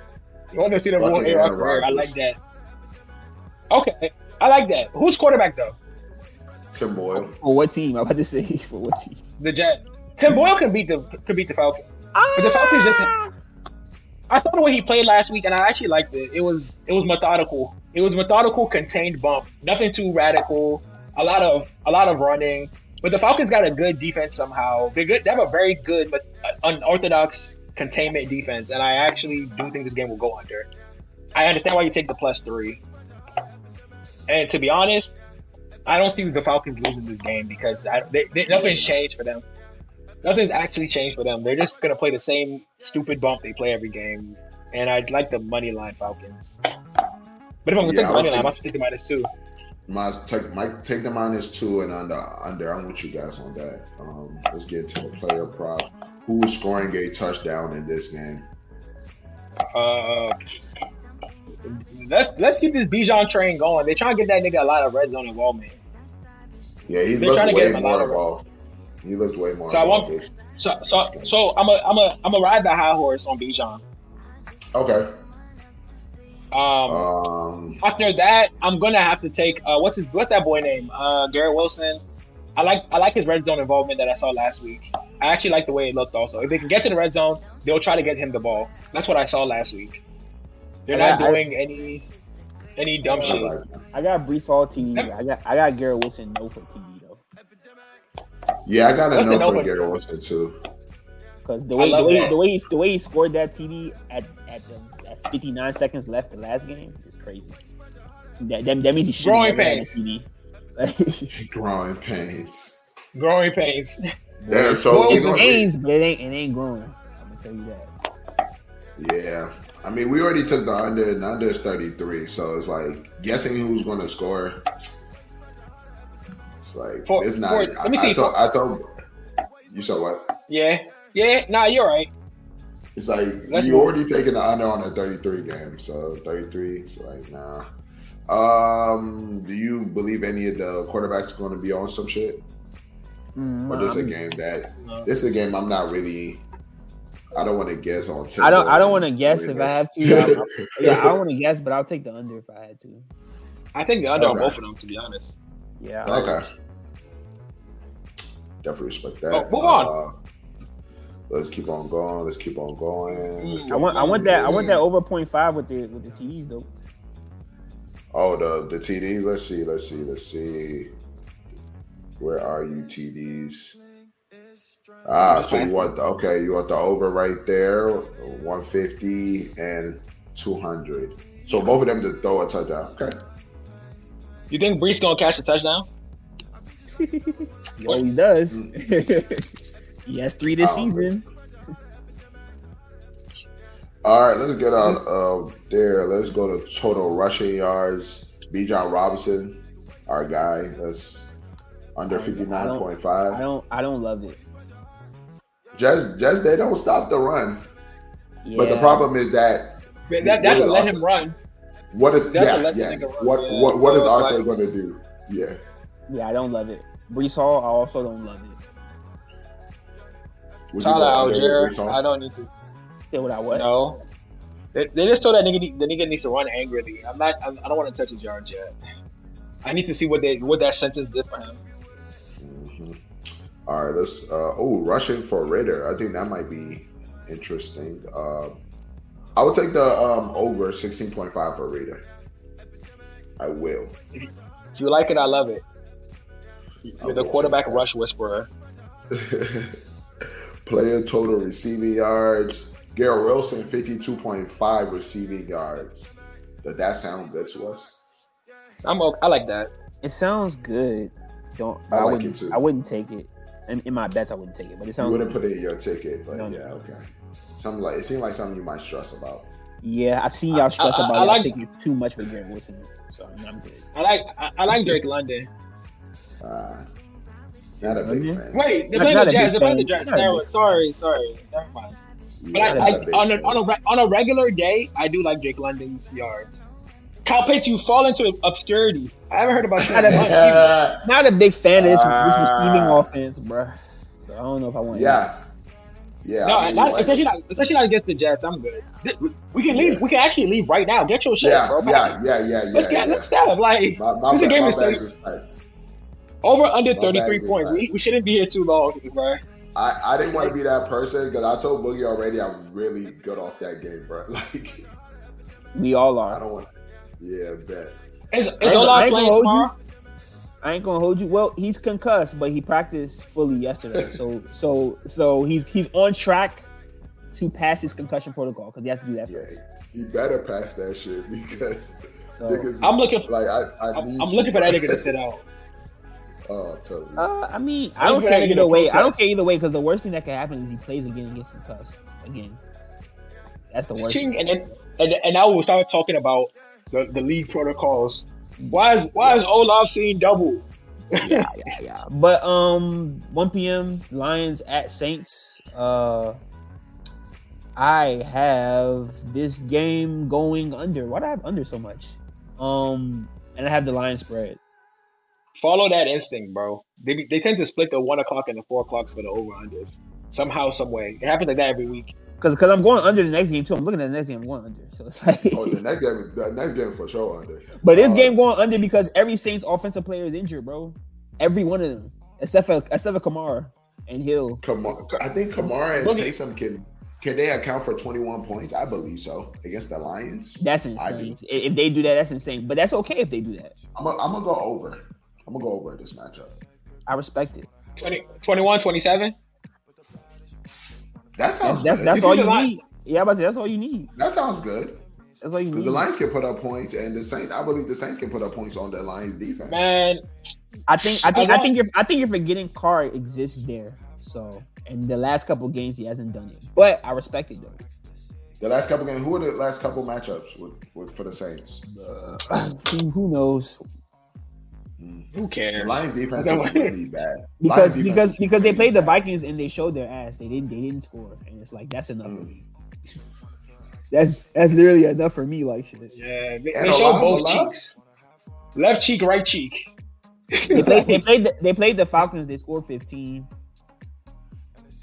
You want to see them ruin
Fucking
A-Rod
Aaron
career. I like
Rodgers.
that. Okay. I like that. Who's quarterback though?
Tim Boyle.
For what team? I'm about to say for what team?
The Jet. Tim Boyle can beat the can beat the Falcons. But the Falcons just I saw the way he played last week and I actually liked it. It was it was methodical. It was methodical contained bump. Nothing too radical. A lot of a lot of running. But the Falcons got a good defense somehow. They are good they have a very good but uh, unorthodox containment defense and I actually do think this game will go under. I understand why you take the plus 3. And to be honest, I don't see the Falcons losing this game because I, they, they, nothing's changed for them. Nothing's actually changed for them. They're just gonna play the same stupid bump they play every game. And I'd like the money line Falcons. But if I'm gonna
Yeah,
take
I
the money
would
line,
take-
I'm gonna take the minus two.
My take, my take the minus two and under. Under. I'm with you guys on that. Um, let's get to the player prop. Who's scoring a touchdown in this game?
Uh, let's let's keep this Bijan train going. They're trying to get that nigga a lot of red zone involvement.
Yeah, he's
They're
looked
trying to get
way
him a lot
more
of-
involved. He looked way more
So I want-
involved. this-
So so so I'm a I'm a I'm a ride the high horse on Bijan.
Okay.
Um,
Um,
after that, I'm gonna have to take uh, what's his what's that boy name? Uh, Garrett Wilson. I like I like his red zone involvement that I saw last week. I actually like the way it looked. Also, if they can get to the red zone, they'll try to get him the ball. That's what I saw last week. They're
I-
not
I-
doing any any dumb
I
shit.
like that.
I got Brees Hall TD. I got I got Garrett Wilson no for TD though,
Yeah, I got
That's
to know
an
for
open-
Garrett Wilson too.
because the
I
way the
love
way,
that.
the way he, the way he scored that TD at at, the, at 59 seconds left the last game is crazy. That, that, that means he should
Growing
TD. Like,
Growing pains.
Growing pains.
Yeah, so
Well,
we
it
gonna-
ain't, but it ain't it ain't growing. I'm gonna tell you that.
Yeah. I mean, we already took the under, and under is 33. So it's like guessing who's going to score. It's like,
For-
it's not.
for-
I,
let me
I,
see.
told, I told you said what?
Yeah, yeah. Nah, you're right.
It's like
Let's
you
move.
already taking the under on a 33 game. So 33, it's like, nah. Um, do you believe any of the quarterbacks going to be on some shit?
Mm,
Or this
I'm-
a game that
No.
this is a game I'm not really. I don't want to guess on.
I don't. I don't
Tinder
want to
and
guess if
Twitter.
I have to. I'm- I'm- yeah, I don't want to guess, but I'll take the under if I had to.
I think the under on
Okay.
both of them, to be honest.
Yeah.
Okay. Definitely respect that.
Oh, move on.
Uh, let's keep on going. Let's keep on going. Let's
Mm.
keep
I want. I
on
want that. I want that
going.
over point five with the with the TDs though.
Oh, the the TDs. Let's see. Let's see. Let's see. Where are you, TDs? Ah, so you want the, okay? You want the over right there, one fifty and two hundred. So both of them to throw a touchdown. Okay.
You think Brees gonna catch a touchdown?
Oh, He always does. he has three this
I don't
season.
All right, let's get
Mm-hmm.
out of there. Let's go to total rushing yards. B. John Robinson, our guy, that's under fifty nine point
I
five.
don't. I don't love it.
Just, just they don't stop the run.
Yeah.
But the problem is that
That, that, that
What
could
is
let
Arthur-
him run.
what is
That's a
yeah,
left
yeah.
nigga run,
What,
yeah.
what, what is
So,
Arthur
like-
going to do? Yeah,
Yeah, I don't love it. Brees Hall. I also don't love it.
Would you
Shout
go
out
under
Algier.
Brees Hall?
I don't need to.
Say what I what?
No. They, they just told that nigga ne- the nigga needs to run angrily. I'm not. I'm, I don't want to touch his yards yet. I need to see what they what that sentence did for him.
Mhm. All right, let's. Uh, oh, rushing for Ritter. I think that might be interesting. Um, I would take the um, over sixteen point five for Ritter. I will.
If you like it, I love it. You're the
will
quarterback
take that.
rush whisperer.
Player total receiving yards. Garrett Wilson fifty two point five receiving yards. Does that sound good to us?
I'm. o- I like that.
It sounds good. Don't.
I
I,
like
wouldn't.
it too.
I wouldn't take it. And in my bets, I wouldn't take it. But it
You
sounds.
wouldn't put it in your ticket, but
No.
yeah, okay. Something like it seemed like something you might stress about.
Yeah, I've seen y'all stress
I- I
about y'all
like-
taking too much with Garrett Wilson. So I'm, I'm good.
I like. I, I like Drake London.
Uh, not a big
Mhm.
fan.
Wait, they
Not-
played
not
the
a big
Jazz. They played the
fan.
Jazz.
Not a
Sorry, sorry, sorry. Never mind. But
Yeah,
I,
not
I,
a big
on, a,
fan.
on, a, re- on a regular day, I do like Drake London's yards. Kyle Pitts, you fall into obscurity. I haven't heard about you that much. either.
Not a big fan of this,
Ah.
this receiving offense, bruh. So I don't know if I want.
yeah, yeah.
No,
I mean,
not,
like-
especially not especially not against the Jets. I'm good. Th- We can leave.
Yeah.
We can actually leave right now. Get your shit,
yeah,
bro.
yeah, yeah, yeah, yeah,
let's
yeah.
get let's stop. Like
My, my,
This
bad,
game
my
is
bags
thirty-
is packed.
over under
My
thirty
bad,
three
dude,
points.
my
We,
bad.
we shouldn't be here too long, bro.
I, I didn't want to be that person because I told Boogie already I'm really good off that game, bro. Like
We all
I
are.
don't want. Yeah, bet.
Is,
ain't
is Olaf
gonna
playing
hold you.
tomorrow?
I ain't gonna hold you. Well, he's concussed, but he practiced fully yesterday. So so so he's he's on track to pass his concussion protocol because he has to do that.
Yeah,
first.
he better pass that shit because
So,
Niggas is-
I'm looking-
Like I, I
I'm,
need
I'm
you.
looking for that nigga to sit out.
Oh, totally.
uh, I mean,
I
I don't
think
care
we're gonna get
either
a
way. I don't
protest.
care either way because the worst thing that could happen is he plays again and gets concussed again. That's the worst.
Ching, and then and, and now we'll start talking about the, the league protocols. Why is why is Olaf seeing double?
yeah, yeah, yeah. But um, 1 p.m. Lions at Saints. Uh, I have this game going under. Why do I have under so much? Um, and I have the Lions spread.
Follow that instinct, bro. They be- they tend to split the one o'clock and the four o'clocks for the over unders somehow, some way. It happens like that every week.
Cause, Cause, I'm going under the next game too. I'm looking at the next game. I'm going under. So it's like,
Oh, the next game, the next game for sure under.
but this
uh,
game going under because every Saints offensive player is injured, bro. Every one of them, except for except for Kamara and Hill.
Kamar, I think Kamara and
Look at-
Taysom can can they account for 21 points? I believe so against the Lions.
That's
I
insane.
do.
I- If they do that, that's insane. But that's okay if they do that.
I'm gonna go over. I'm gonna go over in this matchup.
I respect it.
20, 21, 27?
That
That's that's,
sounds good.
that's
You
all
do
you
the Lions-
need. Yeah, I'm about to say that's all you need.
that sounds good.
That's all you
'Cause
need.
the Lions can put up points, and the Saints. I believe the Saints can put up points on the Lions defense.
Man,
I think I think
I
I,
want-
think you're I think you're forgetting Carr exists there. So and the last couple games he hasn't done it, but I respect it though.
The last couple games. Who are the last couple matchups with, with for the Saints? Uh,
who, who knows?
who
the
cares?
Lions defense
No.
is really bad.
Because
Lions defense
because
is
because they
really
played the
bad.
Vikings and they showed their ass. They didn't they didn't score, and it's like that's enough for
Mm.
me. that's that's literally enough for me. Like shit.
Yeah, they,
And
they show
Olave,
both
Olave?
cheeks. Left cheek, right cheek.
They played they played the, they played the Falcons. They scored 15.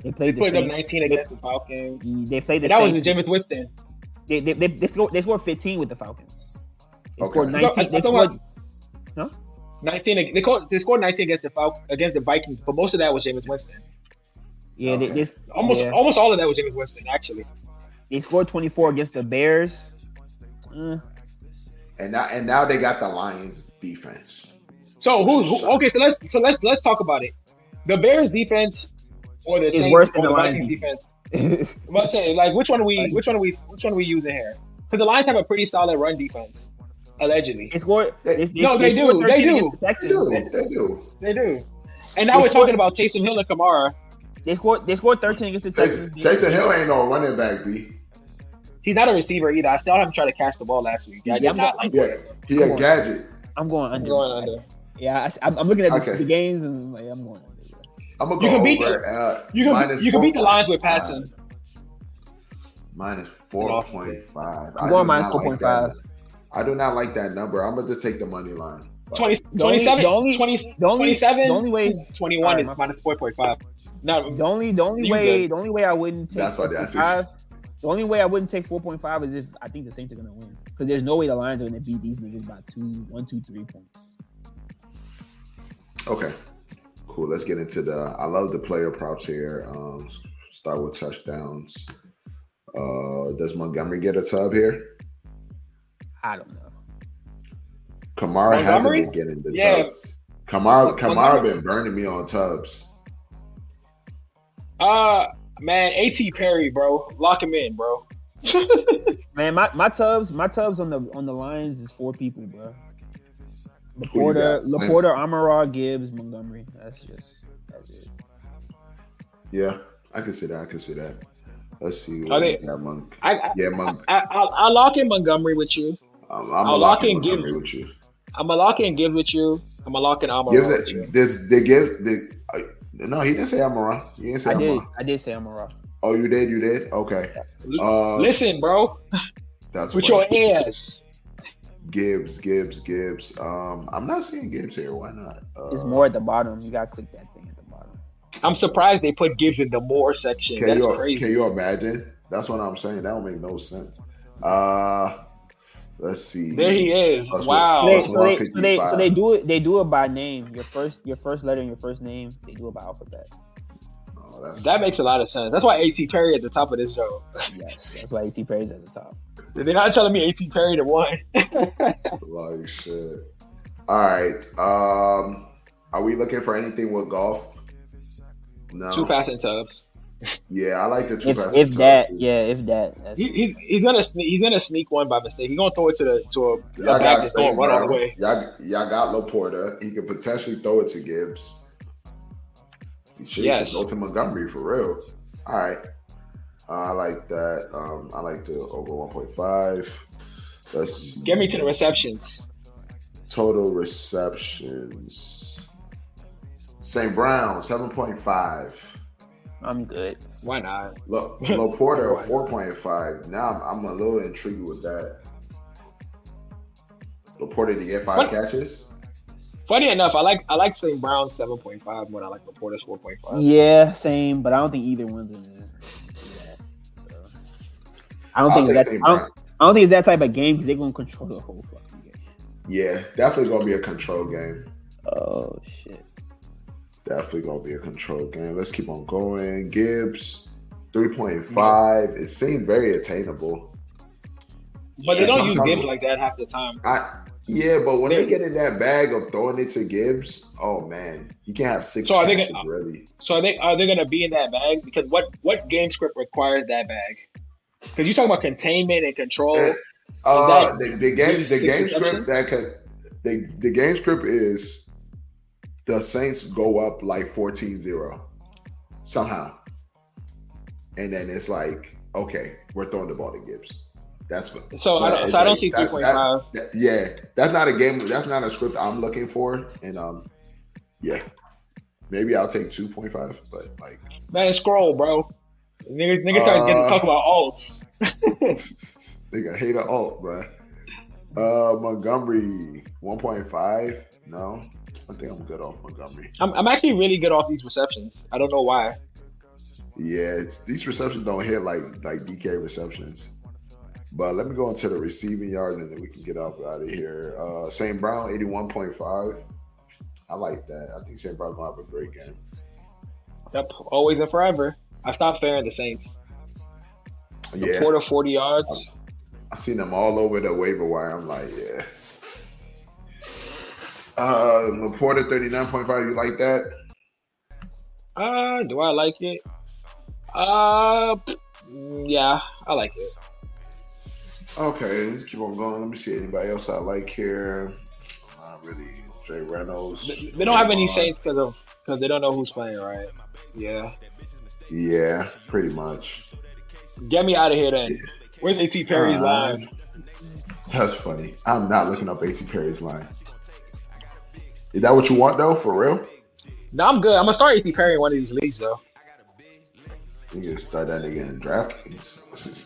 They
They
played the
put up
Saints.
19 against the Falcons.
They played the
And that was
Saints.
the Jameis Winston.
They they, they, they scored they scored 15 with the Falcons. They
Okay.
scored
I- I
19. They
thought about-
scored
19 ag- they called, they scored 19 against the Falcons against the Vikings, but most of that was Jameis Winston.
Yeah,
Okay.
they, they
Almost
yeah.
almost all of that was Jameis Winston actually.
they scored 24 against the Bears. Eh,
And now and now they got the Lions defense.
So who, who okay, so let's so let's let's talk about it. The Bears defense or the
It's
Saints
worse than
or
the Lions
Vikings
defense.
I'm about to say, like which one we which one we which one we using here? Because the Lions have a pretty solid run defense, allegedly.
they scored. They,
No, they
scored 13
do, they do.
against the
They
Texans.
do. They do.
They do. And now
They
we're
scored-
talking about Taysom Hill and Kamara.
They scored. They scored 13 against the
Taysom
Texans.
Taysom Hill ain't no running back, B.
He's not a receiver either. I saw him try to catch the ball last week. I
Yeah,
did
I'm
not
not-
like
Yeah, he
Come
a
on.
gadget.
I'm going
I'm
under.
going under.
Yeah, I s- I'm, I'm looking at the,
Okay.
the games and like, I'm going under. yeah.
I'm gonna go
You can beat
over. uh,
You can,
minus
you can beat the
4.5.
Lions with passing.
Minus four point five.
I'm going minus 4.5.
I do not like that number. I'm gonna just take the money line.
20,
The only-
27,
the only-
20,
the only-
27,
the only way-
21
Alright,
is
my-
minus 4.5. No,
The only the only
You
way
good.
the only way I wouldn't take
That's why I see.
4.5 the only way I wouldn't take 4.5 is if I think the Saints are gonna win because there's no way the Lions are gonna beat these niggas by two one two three points.
Okay, cool. Let's get into the. I love the player props here. Um, start with touchdowns. Uh, does Montgomery get a tub here?
I don't know.
Kamara hasn't
Montgomery?
been getting the
Yeah.
tubs. Kamara, Kamara
Montgomery.
been burning me on tubs.
uh, man, A.T. Perry, bro. Lock him in, bro.
Man, my, my tubs, my tubs on the on the Lions is four people, bro.
Who you
Laporta,
got?
Laporta, Amara, Gibbs, Montgomery. That's just that's it.
Yeah, I can see that. I can see that. Let's see.
Are
What
they-
we got, Monk.
I, I,
Yeah, Monk.
I, I, I'll lock in Montgomery with you.
I'm, I'm
I'll
I'll
lock
lock
in
in Montgomery
Gibbs.
with you.
I'm a lock in Gibbs with you. I'm a lock in Amara
Gibbs,
with you.
this they give the. Uh, no, he didn't say Amara. He didn't say
I did,
Amara.
I did say Amara.
Oh, you did. You did. Okay.
L-
Uh,
Listen, bro,
that's
with your
funny.
ears.
Gibbs, Gibbs, Gibbs. Um, I'm not seeing Gibbs here. Why not? Uh,
It's more at the bottom. You gotta click that thing at the bottom.
I'm surprised they put Gibbs in the more section.
Can
That's
you
crazy.
can you imagine? That's what I'm saying. That don't make no sense. Uh, let's see.
there he is.
E Plus
Wow.
one-
They-
plus
so, they, so, they,
155.
so they do it. They do it by name. Your first, your first letter in your first name. They do it by alphabet.
Oh, that's,
That makes a lot of sense. That's why A.T. Perry at the top of this show.
Yes, that's why AT Perry's at the top.
They're not telling me A.T. Perry to one.
like shit. All right. Um, are we looking for anything with golf? No.
Two passing tubs.
Yeah, I like the two
If,
passes.
if that, yeah, if that. That's,
He, he's he's gonna sneak, he's gonna sneak one by mistake. He's gonna throw it to the to a,
Y'all
a
got
back that's going
Saint,
to run all the
bro.
way.
Y'all, y'all got Laporta. He could potentially throw it to Gibbs. He should he could
Yes.
go to Montgomery for real. All right. Uh, I like that. Um, I like the over 1.5. Let's see.
Get me to the receptions.
total receptions. St. Brown, 7.5.
I'm good.
Why not?
Look, Laporta, 4.5. Now I'm, I'm a little intrigued with that. Laporta to get five
What?
catches?
Funny enough, I like I like St. Brown seven point five when I like Laporta's four point five.
Yeah, same, but I don't think either one's in there. Yeah, so. I don't
I'll
think
take
that's.
St.
I
Brown.
don't, I don't think it's that type of game because they're gonna control the whole fucking game.
Yeah, definitely gonna be a control game.
Oh shit.
Definitely gonna be a control game. Let's keep on going. Gibbs, three point five. It seemed very attainable.
But they
Yeah,
don't use
sometimes-
games like that half the time.
I yeah, but when they get in that bag of throwing it to Gibbs, oh man, you can have six
So are they
catches
gonna-
really.
So are they are they gonna be in that bag? Because what what game script requires that bag? Because you're talking about containment and control.
Eh, Uh,
that-
the, the game,
use
the
six
game
receptions?
script that could, the the game script is the Saints go up like 14-0 somehow, and then it's like okay, we're throwing the ball to Gibbs. That's what.
So I
Yeah,
don't,
it's
so I don't
like-
see three
that-
point five.
that- yeah, that's not a game. That's not a script I'm looking for. And um, yeah, maybe I'll take two point five. But like,
Man, scroll, bro. Niggas, niggas started getting
Uh,
talk about alts.
they got hate an alt, bruh. Uh, Montgomery one point five. No, I think I'm good off Montgomery.
I'm, I'm actually really good off these receptions. I don't know why.
Yeah, it's, these receptions don't hit like like DK receptions. But let me go into the receiving yards and then we can get up out of here. Uh St. Brown, 81.5. I like that. I think St. Brown gonna have a great game.
Yep, always and forever. I stopped fairing the Saints.
Yeah.
Quarter forty yards.
I seen them all over the waiver wire. I'm like, yeah. Uh, Laporta thirty nine point five. You like that? Um,
Uh, do I like it? Uh, yeah, I like it.
Okay, let's keep on going. Let me see anybody else I like here. Not really. Jay Reynolds.
They- They don't have any
Draymond.
Saints because of because they don't know who's playing, right? Yeah,
Yeah, pretty much.
get me out of here then. Where's At Perry's
Uh,
line?
That's funny. I'm not looking up AC Perry's line. Is that what you want though? For real?
No, I'm good. I'm gonna start At Perry in one of these leagues though.
You can start that nigga in DraftKings.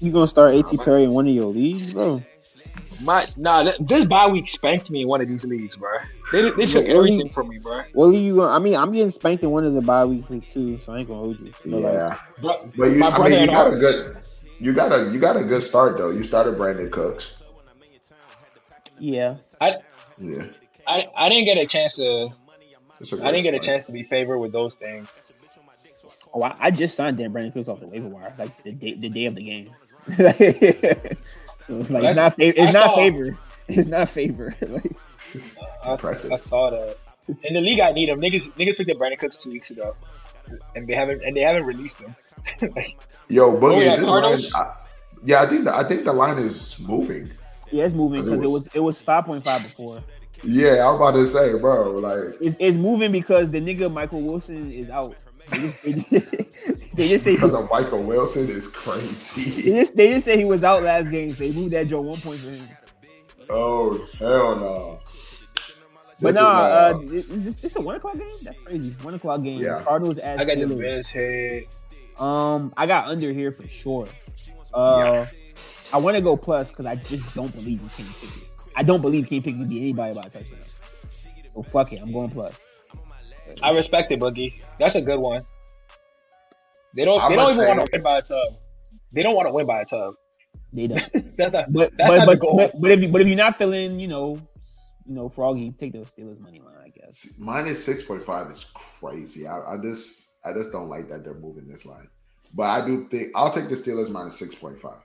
You gonna start At Perry in one of your leagues, bro?
My nah, th- this bye week spanked me in one of these leagues, bro. They they took
Really?
everything from me, bro.
Well, you. Gonna, I mean, I'm getting spanked in one of the bye weeks too, so I ain't gonna hold you. But, like,
Yeah.
Bro,
But you,
my
I
brother
mean, you
and
got
all.
a good, you got a you got a good start though. You started Brandon Cooks.
yeah.
I,
Yeah,
I I didn't get a chance to.
It's a
I didn't
great
get a
start.
chance to be favored with those things.
Oh, I, I just signed Dan Brandon Cooks off the waiver wire, like the day, the day of the game. so it's like it's not, fav-
I
it's not
saw-
favor. It's not favor. like,
I, I
Impressive.
saw that. In the league, I need him. Niggas, niggas took the Brandon Cooks two weeks ago, and they haven't and they haven't released him.
Yo,
Oh,
Boogie,
yeah,
is this line,
Cardinals?
I, yeah, I think the, I think the line is moving.
yeah, it's moving because it was it was five point five before.
Yeah, I'm about to say, bro. Like,
It's, it's moving because the nigga Michael Wilson is out. They just, they just, they just say
because of Michael Wilson is crazy.
they just, they just say he was out last game, so they moved that Joe one point for him.
oh hell no!
But
This
no, uh,
is,
is this, this a one o'clock game? That's crazy. One o'clock game.
Yeah.
Cardinals at
I got the
Steelers.
Bears head.
Um, I got under here for sure. Uh, I want to go plus because I just don't believe in Kenny Pickett. I don't believe Kenny Pickett can beat anybody by a touchdown. So fuck it, I'm going plus.
I respect it, Boogie. That's a good one. They don't.
I'ma
They don't even
take-
want to win by a tub. They don't want to win by a tub.
They don't.
That's not.
But
That's
but
not
but,
the goal.
but but if you but if you're not feeling, you know, you know, froggy, take the Steelers money line, I guess.
uh, minus six point five is crazy. I, I just I just don't like that they're moving this line. But I do think I'll take the Steelers minus six point five.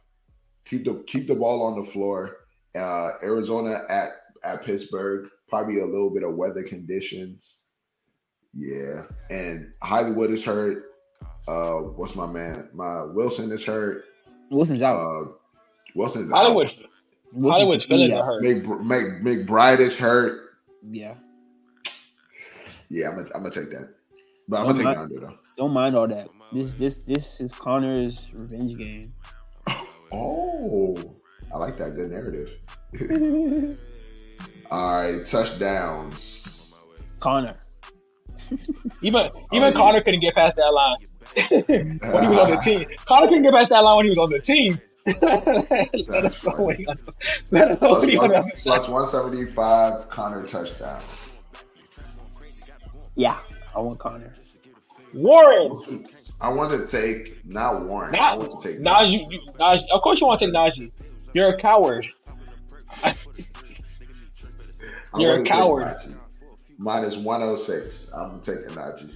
Keep the keep the ball on the floor. Uh, Arizona at at Pittsburgh. Probably a little bit of weather conditions. Yeah, and Hollywood is hurt. Uh, what's my man? My Wilson is hurt.
Wilson's out.
Uh, Wilson's
Hollywood,
out.
Wilson's
Hollywood's feelings
yeah.
are hurt.
Mc, Mc, McBride is hurt.
Yeah.
Yeah, I'm gonna, I'm gonna take that. But I'm gonna take the under though.
Don't mind all that. This this this is Connor's revenge game.
Oh, I like that good narrative. All right, touchdowns.
Connor.
Even
Oh,
even
yeah.
Connor couldn't get past that line when he was
Ah.
on the team. Connor couldn't get past that line when he was on the team. let
That's
us know when he on the- let us know
Plus,
when he on the
plus, plus 175, Connor touchdown.
Yeah, I want Connor.
Warren.
I want to take not Warren. I want to take
Najee, you- Najee. Of course you want to take Najee. You're a coward.
I'm
You're a
gonna take
coward.
Najee. Minus 106. I'm taking Najee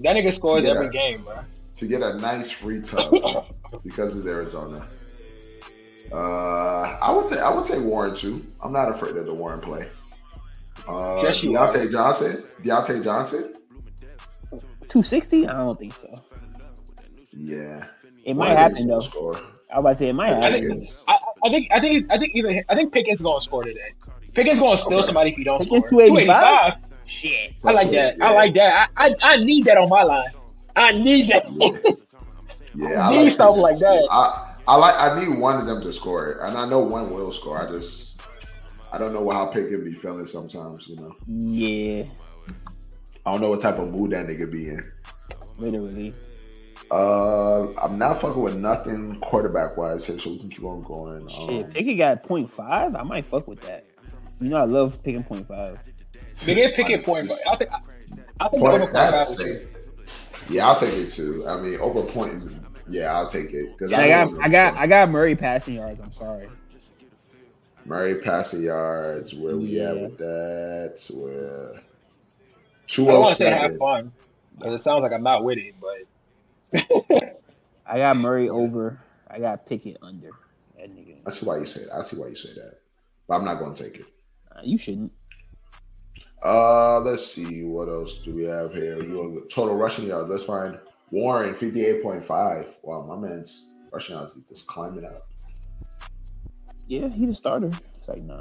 That nigga scores
Yeah.
every game, bro.
to get a nice free tub because it's Arizona. Uh, I would take I would take Warren too. I'm not afraid of the Warren play. Uh,
Yes, you
Deontay Johnson. Deontay Johnson.
260? I don't think so.
Yeah,
It
Warren
might happen
gonna
though.
Score.
I was about to say it might
I
I
happen.
think
think,
it's-
I, I think I think I think even I think Pickens gonna score today. Pickens gonna steal
Okay.
somebody if he don't
Pickens
score.
285?
285? I like that.
Yeah.
I like that. I, I I need that on my line. I need that.
Yeah,
Need something like that.
I, I like. I need one of them to score, and I know one will score. I just, I don't know how Pickett be feeling sometimes. You know,
Yeah,
I don't know what type of mood that nigga be in.
literally.
Uh, I'm not fucking with nothing quarterback wise here, so we can keep on going.
Shit,
Um,
Pickett got 0.5. I might fuck with that. You know I love picking 0.5.
They get Pickett point, but I think I think
point,
they're gonna
that's
point
sick. Yeah, I'll take it too. I mean, over point. is- Yeah, I'll take it because
And I got I got I got Murray passing yards. I'm sorry.
Murray passing yards. Where we at
Yeah.
with that?
I
Where
don't want to say have
207.
fun because it sounds like I'm not with it, but
I got Murray over. I got Pickett under. That nigga.
I see why you say that. I see why you say that. But I'm not going to take it.
Nah, You shouldn't.
Uh, let's see. What else do we have here? You on the total rushing yards? Let's find Warren, fifty-eight point five. Wow, my man's rushing yards is just climbing up.
Yeah, he's a starter. It's like nah.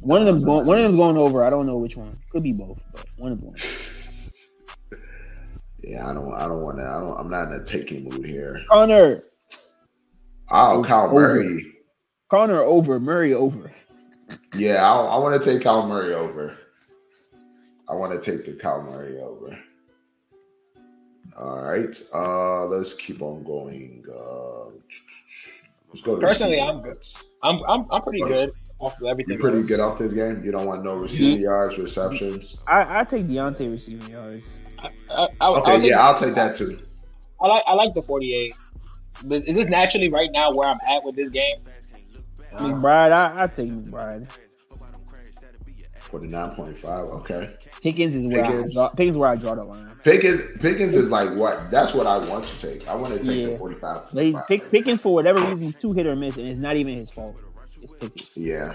One of them's going. One of them's going over. I don't know which one. Could be both, but one of them.
Yeah, I don't. I don't want to. I don't. I'm not in a taking mood here.
Connor,
Oh, Kyle
Over.
Murray.
Connor over. Murray over.
Yeah, I, I want to take Kyle Murray over. I want to take the Kyle Murray over. All right. Uh, let's keep on going. Uh, let's go. To
Personally,
receiver.
I'm good. I'm I'm I'm pretty good off of everything.
You're pretty
else.
good off this game. You don't want no receiving
Mm-hmm.
yards, receptions.
I, I take Deontay receiving yards.
I, I, I,
Okay,
think-
yeah, I'll take that too.
I like I like the 48. But is this naturally right now where I'm at with this game?
McBride, I, I take McBride.
49.5. Okay.
Pickens is where
Pickens.
I draw, Pickens is where I draw the line.
Pickens Pickens is like what? That's what I want to take. I want to take the
Yeah.
45.
But he's pick, Pickens for whatever reason he's too hit or miss, and it's not even his fault. It's Pickens.
Yeah.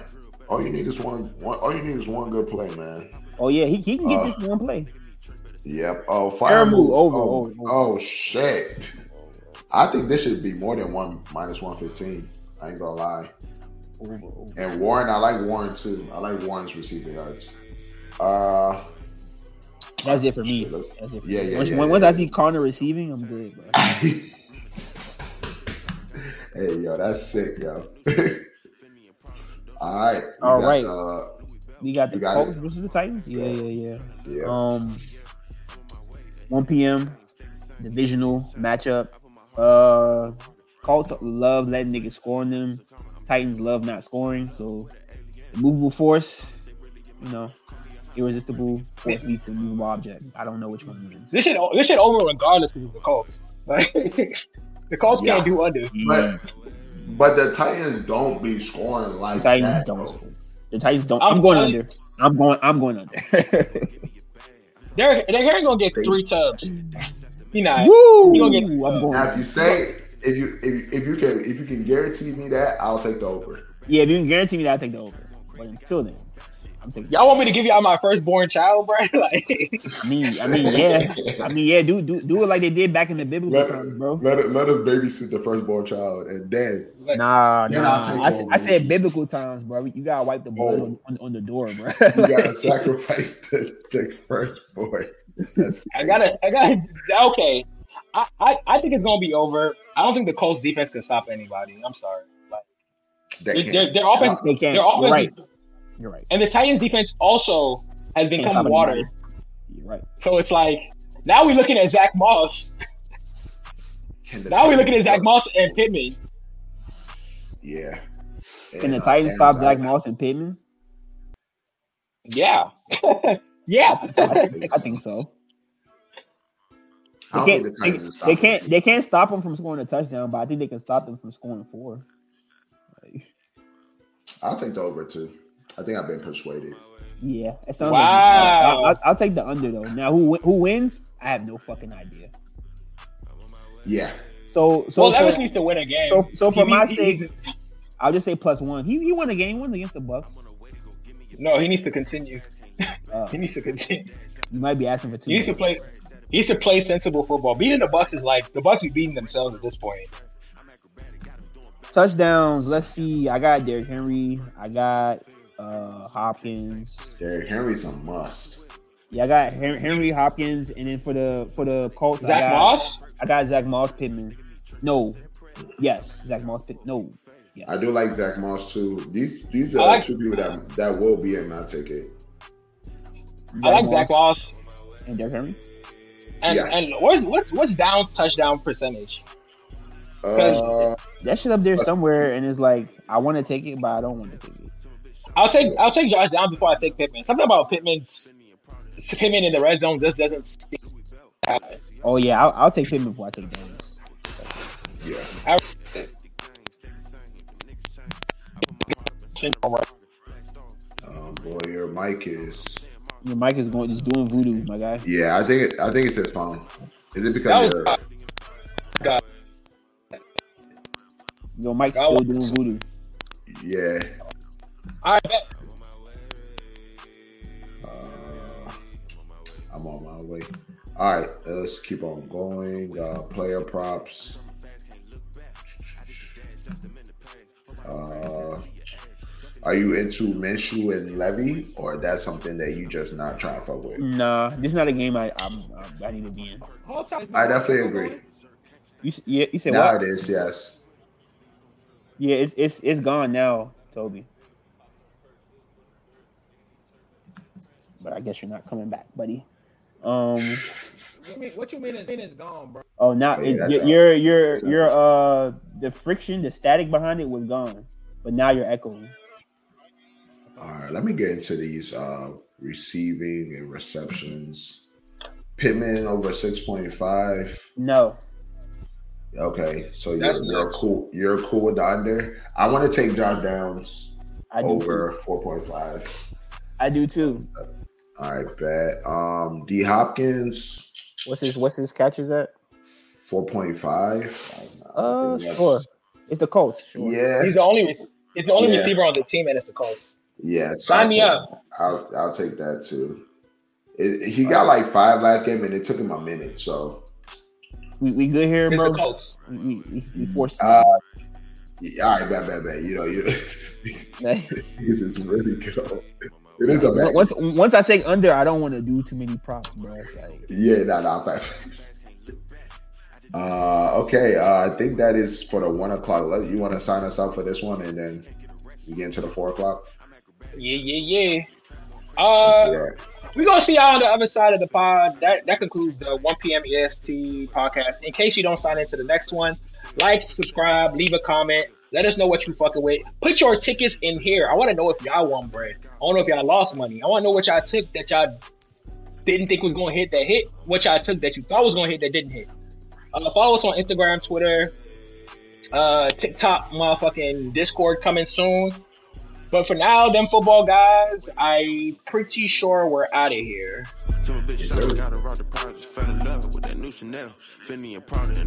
All you need is one, one. All you need is one good play, man.
Oh yeah, he, he can get
Uh,
this in one play.
Yep. Oh, fire
move,
move.
over,
oh,
over, over.
oh, shit. I think this should be more than one minus 115. I ain't gonna lie.
Over, over.
And Warren, I like Warren too. I like Warren's receiving yards. Uh,
That's it for me.
Yeah, that's-
That's it. For
yeah,
me.
yeah,
Once,
yeah,
once-
yeah,
once
yeah.
I see Connor receiving, I'm good, bro.
hey yo, that's sick, yo. All right, we
All
got,
right.
Uh,
We got the
You got
Colts
it.
versus the Titans. Yeah,
Yeah.
yeah, yeah.
yeah,
Um, 1 p.m. divisional matchup. Uh, Colts love letting niggas score on them. Titans love not scoring. So, the movable force, you know, irresistible force leads to movable object. I don't know which one wins.
This shit this shit over regardless of the Colts. Like the Colts
Yeah.
can't do under.
but but the Titans don't be scoring like
The Titans
that.
don't.
though.
score. The Titans don't.
I'm
I'm going
telling-
under. I'm going. I'm going under.
They're they're gonna get three tubs. He not.
Woo!
You gonna get-
I'm going.
Now, if you say if you if, if you can if you can guarantee me that, I'll take the over.
Yeah, if you can guarantee me that, I take the over. But until then, I'm thinking.
Y'all want me to give y'all my firstborn child, bro? like,
I mean, I mean, yeah. I mean, yeah. Do do do it like they did back in the biblical
Let,
times, bro.
let, it- let us babysit the firstborn child and then
Nah,
Then
nah.
I'll take
I, s-
over.
I said biblical times, bro. You gotta wipe the blood
Oh.
on, on, on the door, bro.
you gotta sacrifice the, the firstborn. That's
I gotta, I gotta. Okay, I, I, I think it's gonna be over. I don't think the Colts defense can stop anybody. I'm sorry. Like,
that
their,
can't-
their, their offense,
they can't.
their
You're
offense,
right. You're right.
and the Titans defense also
Can't stop
has become
anybody.
water.
You're right.
So it's like now we're looking at Zach Moss.
can the
Now we're
Titans-
looking at Zach Moss and Pittman.
Yeah.
Can the
And, uh,
Titans
and
stop
I-
Zach Moss and Pittman?
Yeah, yeah.
I think, I think so.
I
They can't,
don't think the
they,
Titans can stop
they
him.
can't. They can't stop him from scoring a touchdown, but I think they can stop them from scoring four. Like,
I'll take the over too. I think I've been persuaded.
yeah, it sounds
Wow.
like I'll, I'll take the under though. Now, who win- who wins? I have no fucking idea.
Yeah.
So, so
well, Levis
for,
needs to win a game.
so, so for
He-
my
he-
sake, I'll just say plus one. He he won a game one against the Bucks.
no, he needs to continue.
Uh,
He needs to continue.
you might be asking for two.
He needs to play. He needs to play sensible football. Beating the Bucks is like the Bucks be beating themselves at this point.
touchdowns. Let's see. I got Derrick Henry. I got uh Hopkins.
Derrick Henry's a must.
Yeah, I got Hen- Henry Hopkins, and then for the for the Colts, I
Zach
got,
Moss.
I got Zach Moss Pittman. No, yes, Zach Moss Pittman. No, yes.
I do like Zach Moss too. These these are
I like-
two people that that will be in my ticket.
I like Zach Moss.
and Derrick Henry.
And
Yeah.
and what's what's what's Down's touchdown percentage?
Uh,
That shit up there somewhere, and it's like I want to take it, but I don't want to take it.
I'll take I'll take Josh Down before I take Pittman. Something about Pittman's Pittman in the red zone just doesn't. stick.
Oh yeah, I'll, I'll take Pittman before I take Downs.
yeah. Um, boy, your mic is.
Your mic is going just doing voodoo, my guy.
Yeah, I think it, I think it's his phone. Is
That
it because
was-
your,
Your mic's
That
still
was-
doing voodoo.
yeah?
All right, bet.
I'm on my way. All right, let's keep on going. Uh, player props. Uh, are you into Minshew and Levy, or that's something that you just not trying to fuck with?
Nah, this is not a game I I'm, i I need to be in.
I definitely agree.
You s- yeah, you said
Now
what?
it is, yes.
Yeah, it's it's it's gone now, Toby. But I guess you're not coming back, buddy. Um.
What you mean- What you mean is it's gone, bro?
Oh, now
Oh,
it-
yeah, that's
your,
out.
your your
That's out.
your uh the friction, the static behind it was gone, but now you're echoing.
All right, let me get into these uh, receiving and receptions. Pittman over six point five.
No,
Okay, so
That's
you're, you're
nuts.
cool. You're cool with the under. I want to take Josh Downs
I do
over
too.
four point five.
I do too.
All right, bet. Um, D Hopkins,
What's his what's his catches at?
four point five.
Uh, sure. It's the Colts. Sure.
Yeah,
He's the only rec- it's the only
Yeah.
receiver on the team, and it's the Colts.
yeah. so
Sign
I'll
me
take-
up.
I'll I'll take that too. It, he got like five last game, and it took him a minute. So
We, we good here,
It's
bro.
the Colts.
We, we, we- we forced.
Uh, yeah, all right, bet, bet, bet. You know, you.
Like,
This is really good. It is a bad.
once once I take under, I don't want to do too many props, bro. It's like,
Yeah, nah, nah, five facts. Uh, okay, uh, I think that is for the one o'clock. Let- You want to sign us out for this one, and then we get into the four o'clock.
Yeah, yeah, yeah. Uh,
Yeah.
we gonna see y'all on the other side of the pod. That that concludes the 1 p.m. EST E podcast. In case you don't sign into the next one, like, subscribe, leave a comment. Let us know what you fucking with. Put your tickets in here. I want to know if y'all won bread. I don't know if y'all lost money. I want to know what y'all took that y'all didn't think was gonna hit that hit. What y'all took that you thought was gonna hit that didn't hit. Uh, follow us on Instagram, Twitter, uh, TikTok, motherfucking Discord coming soon. But for now, them football guys, I pretty sure we're out of here.
Tell my bitch, I got her out the project. Fell in love with that new Chanel. Fendi and Prada. and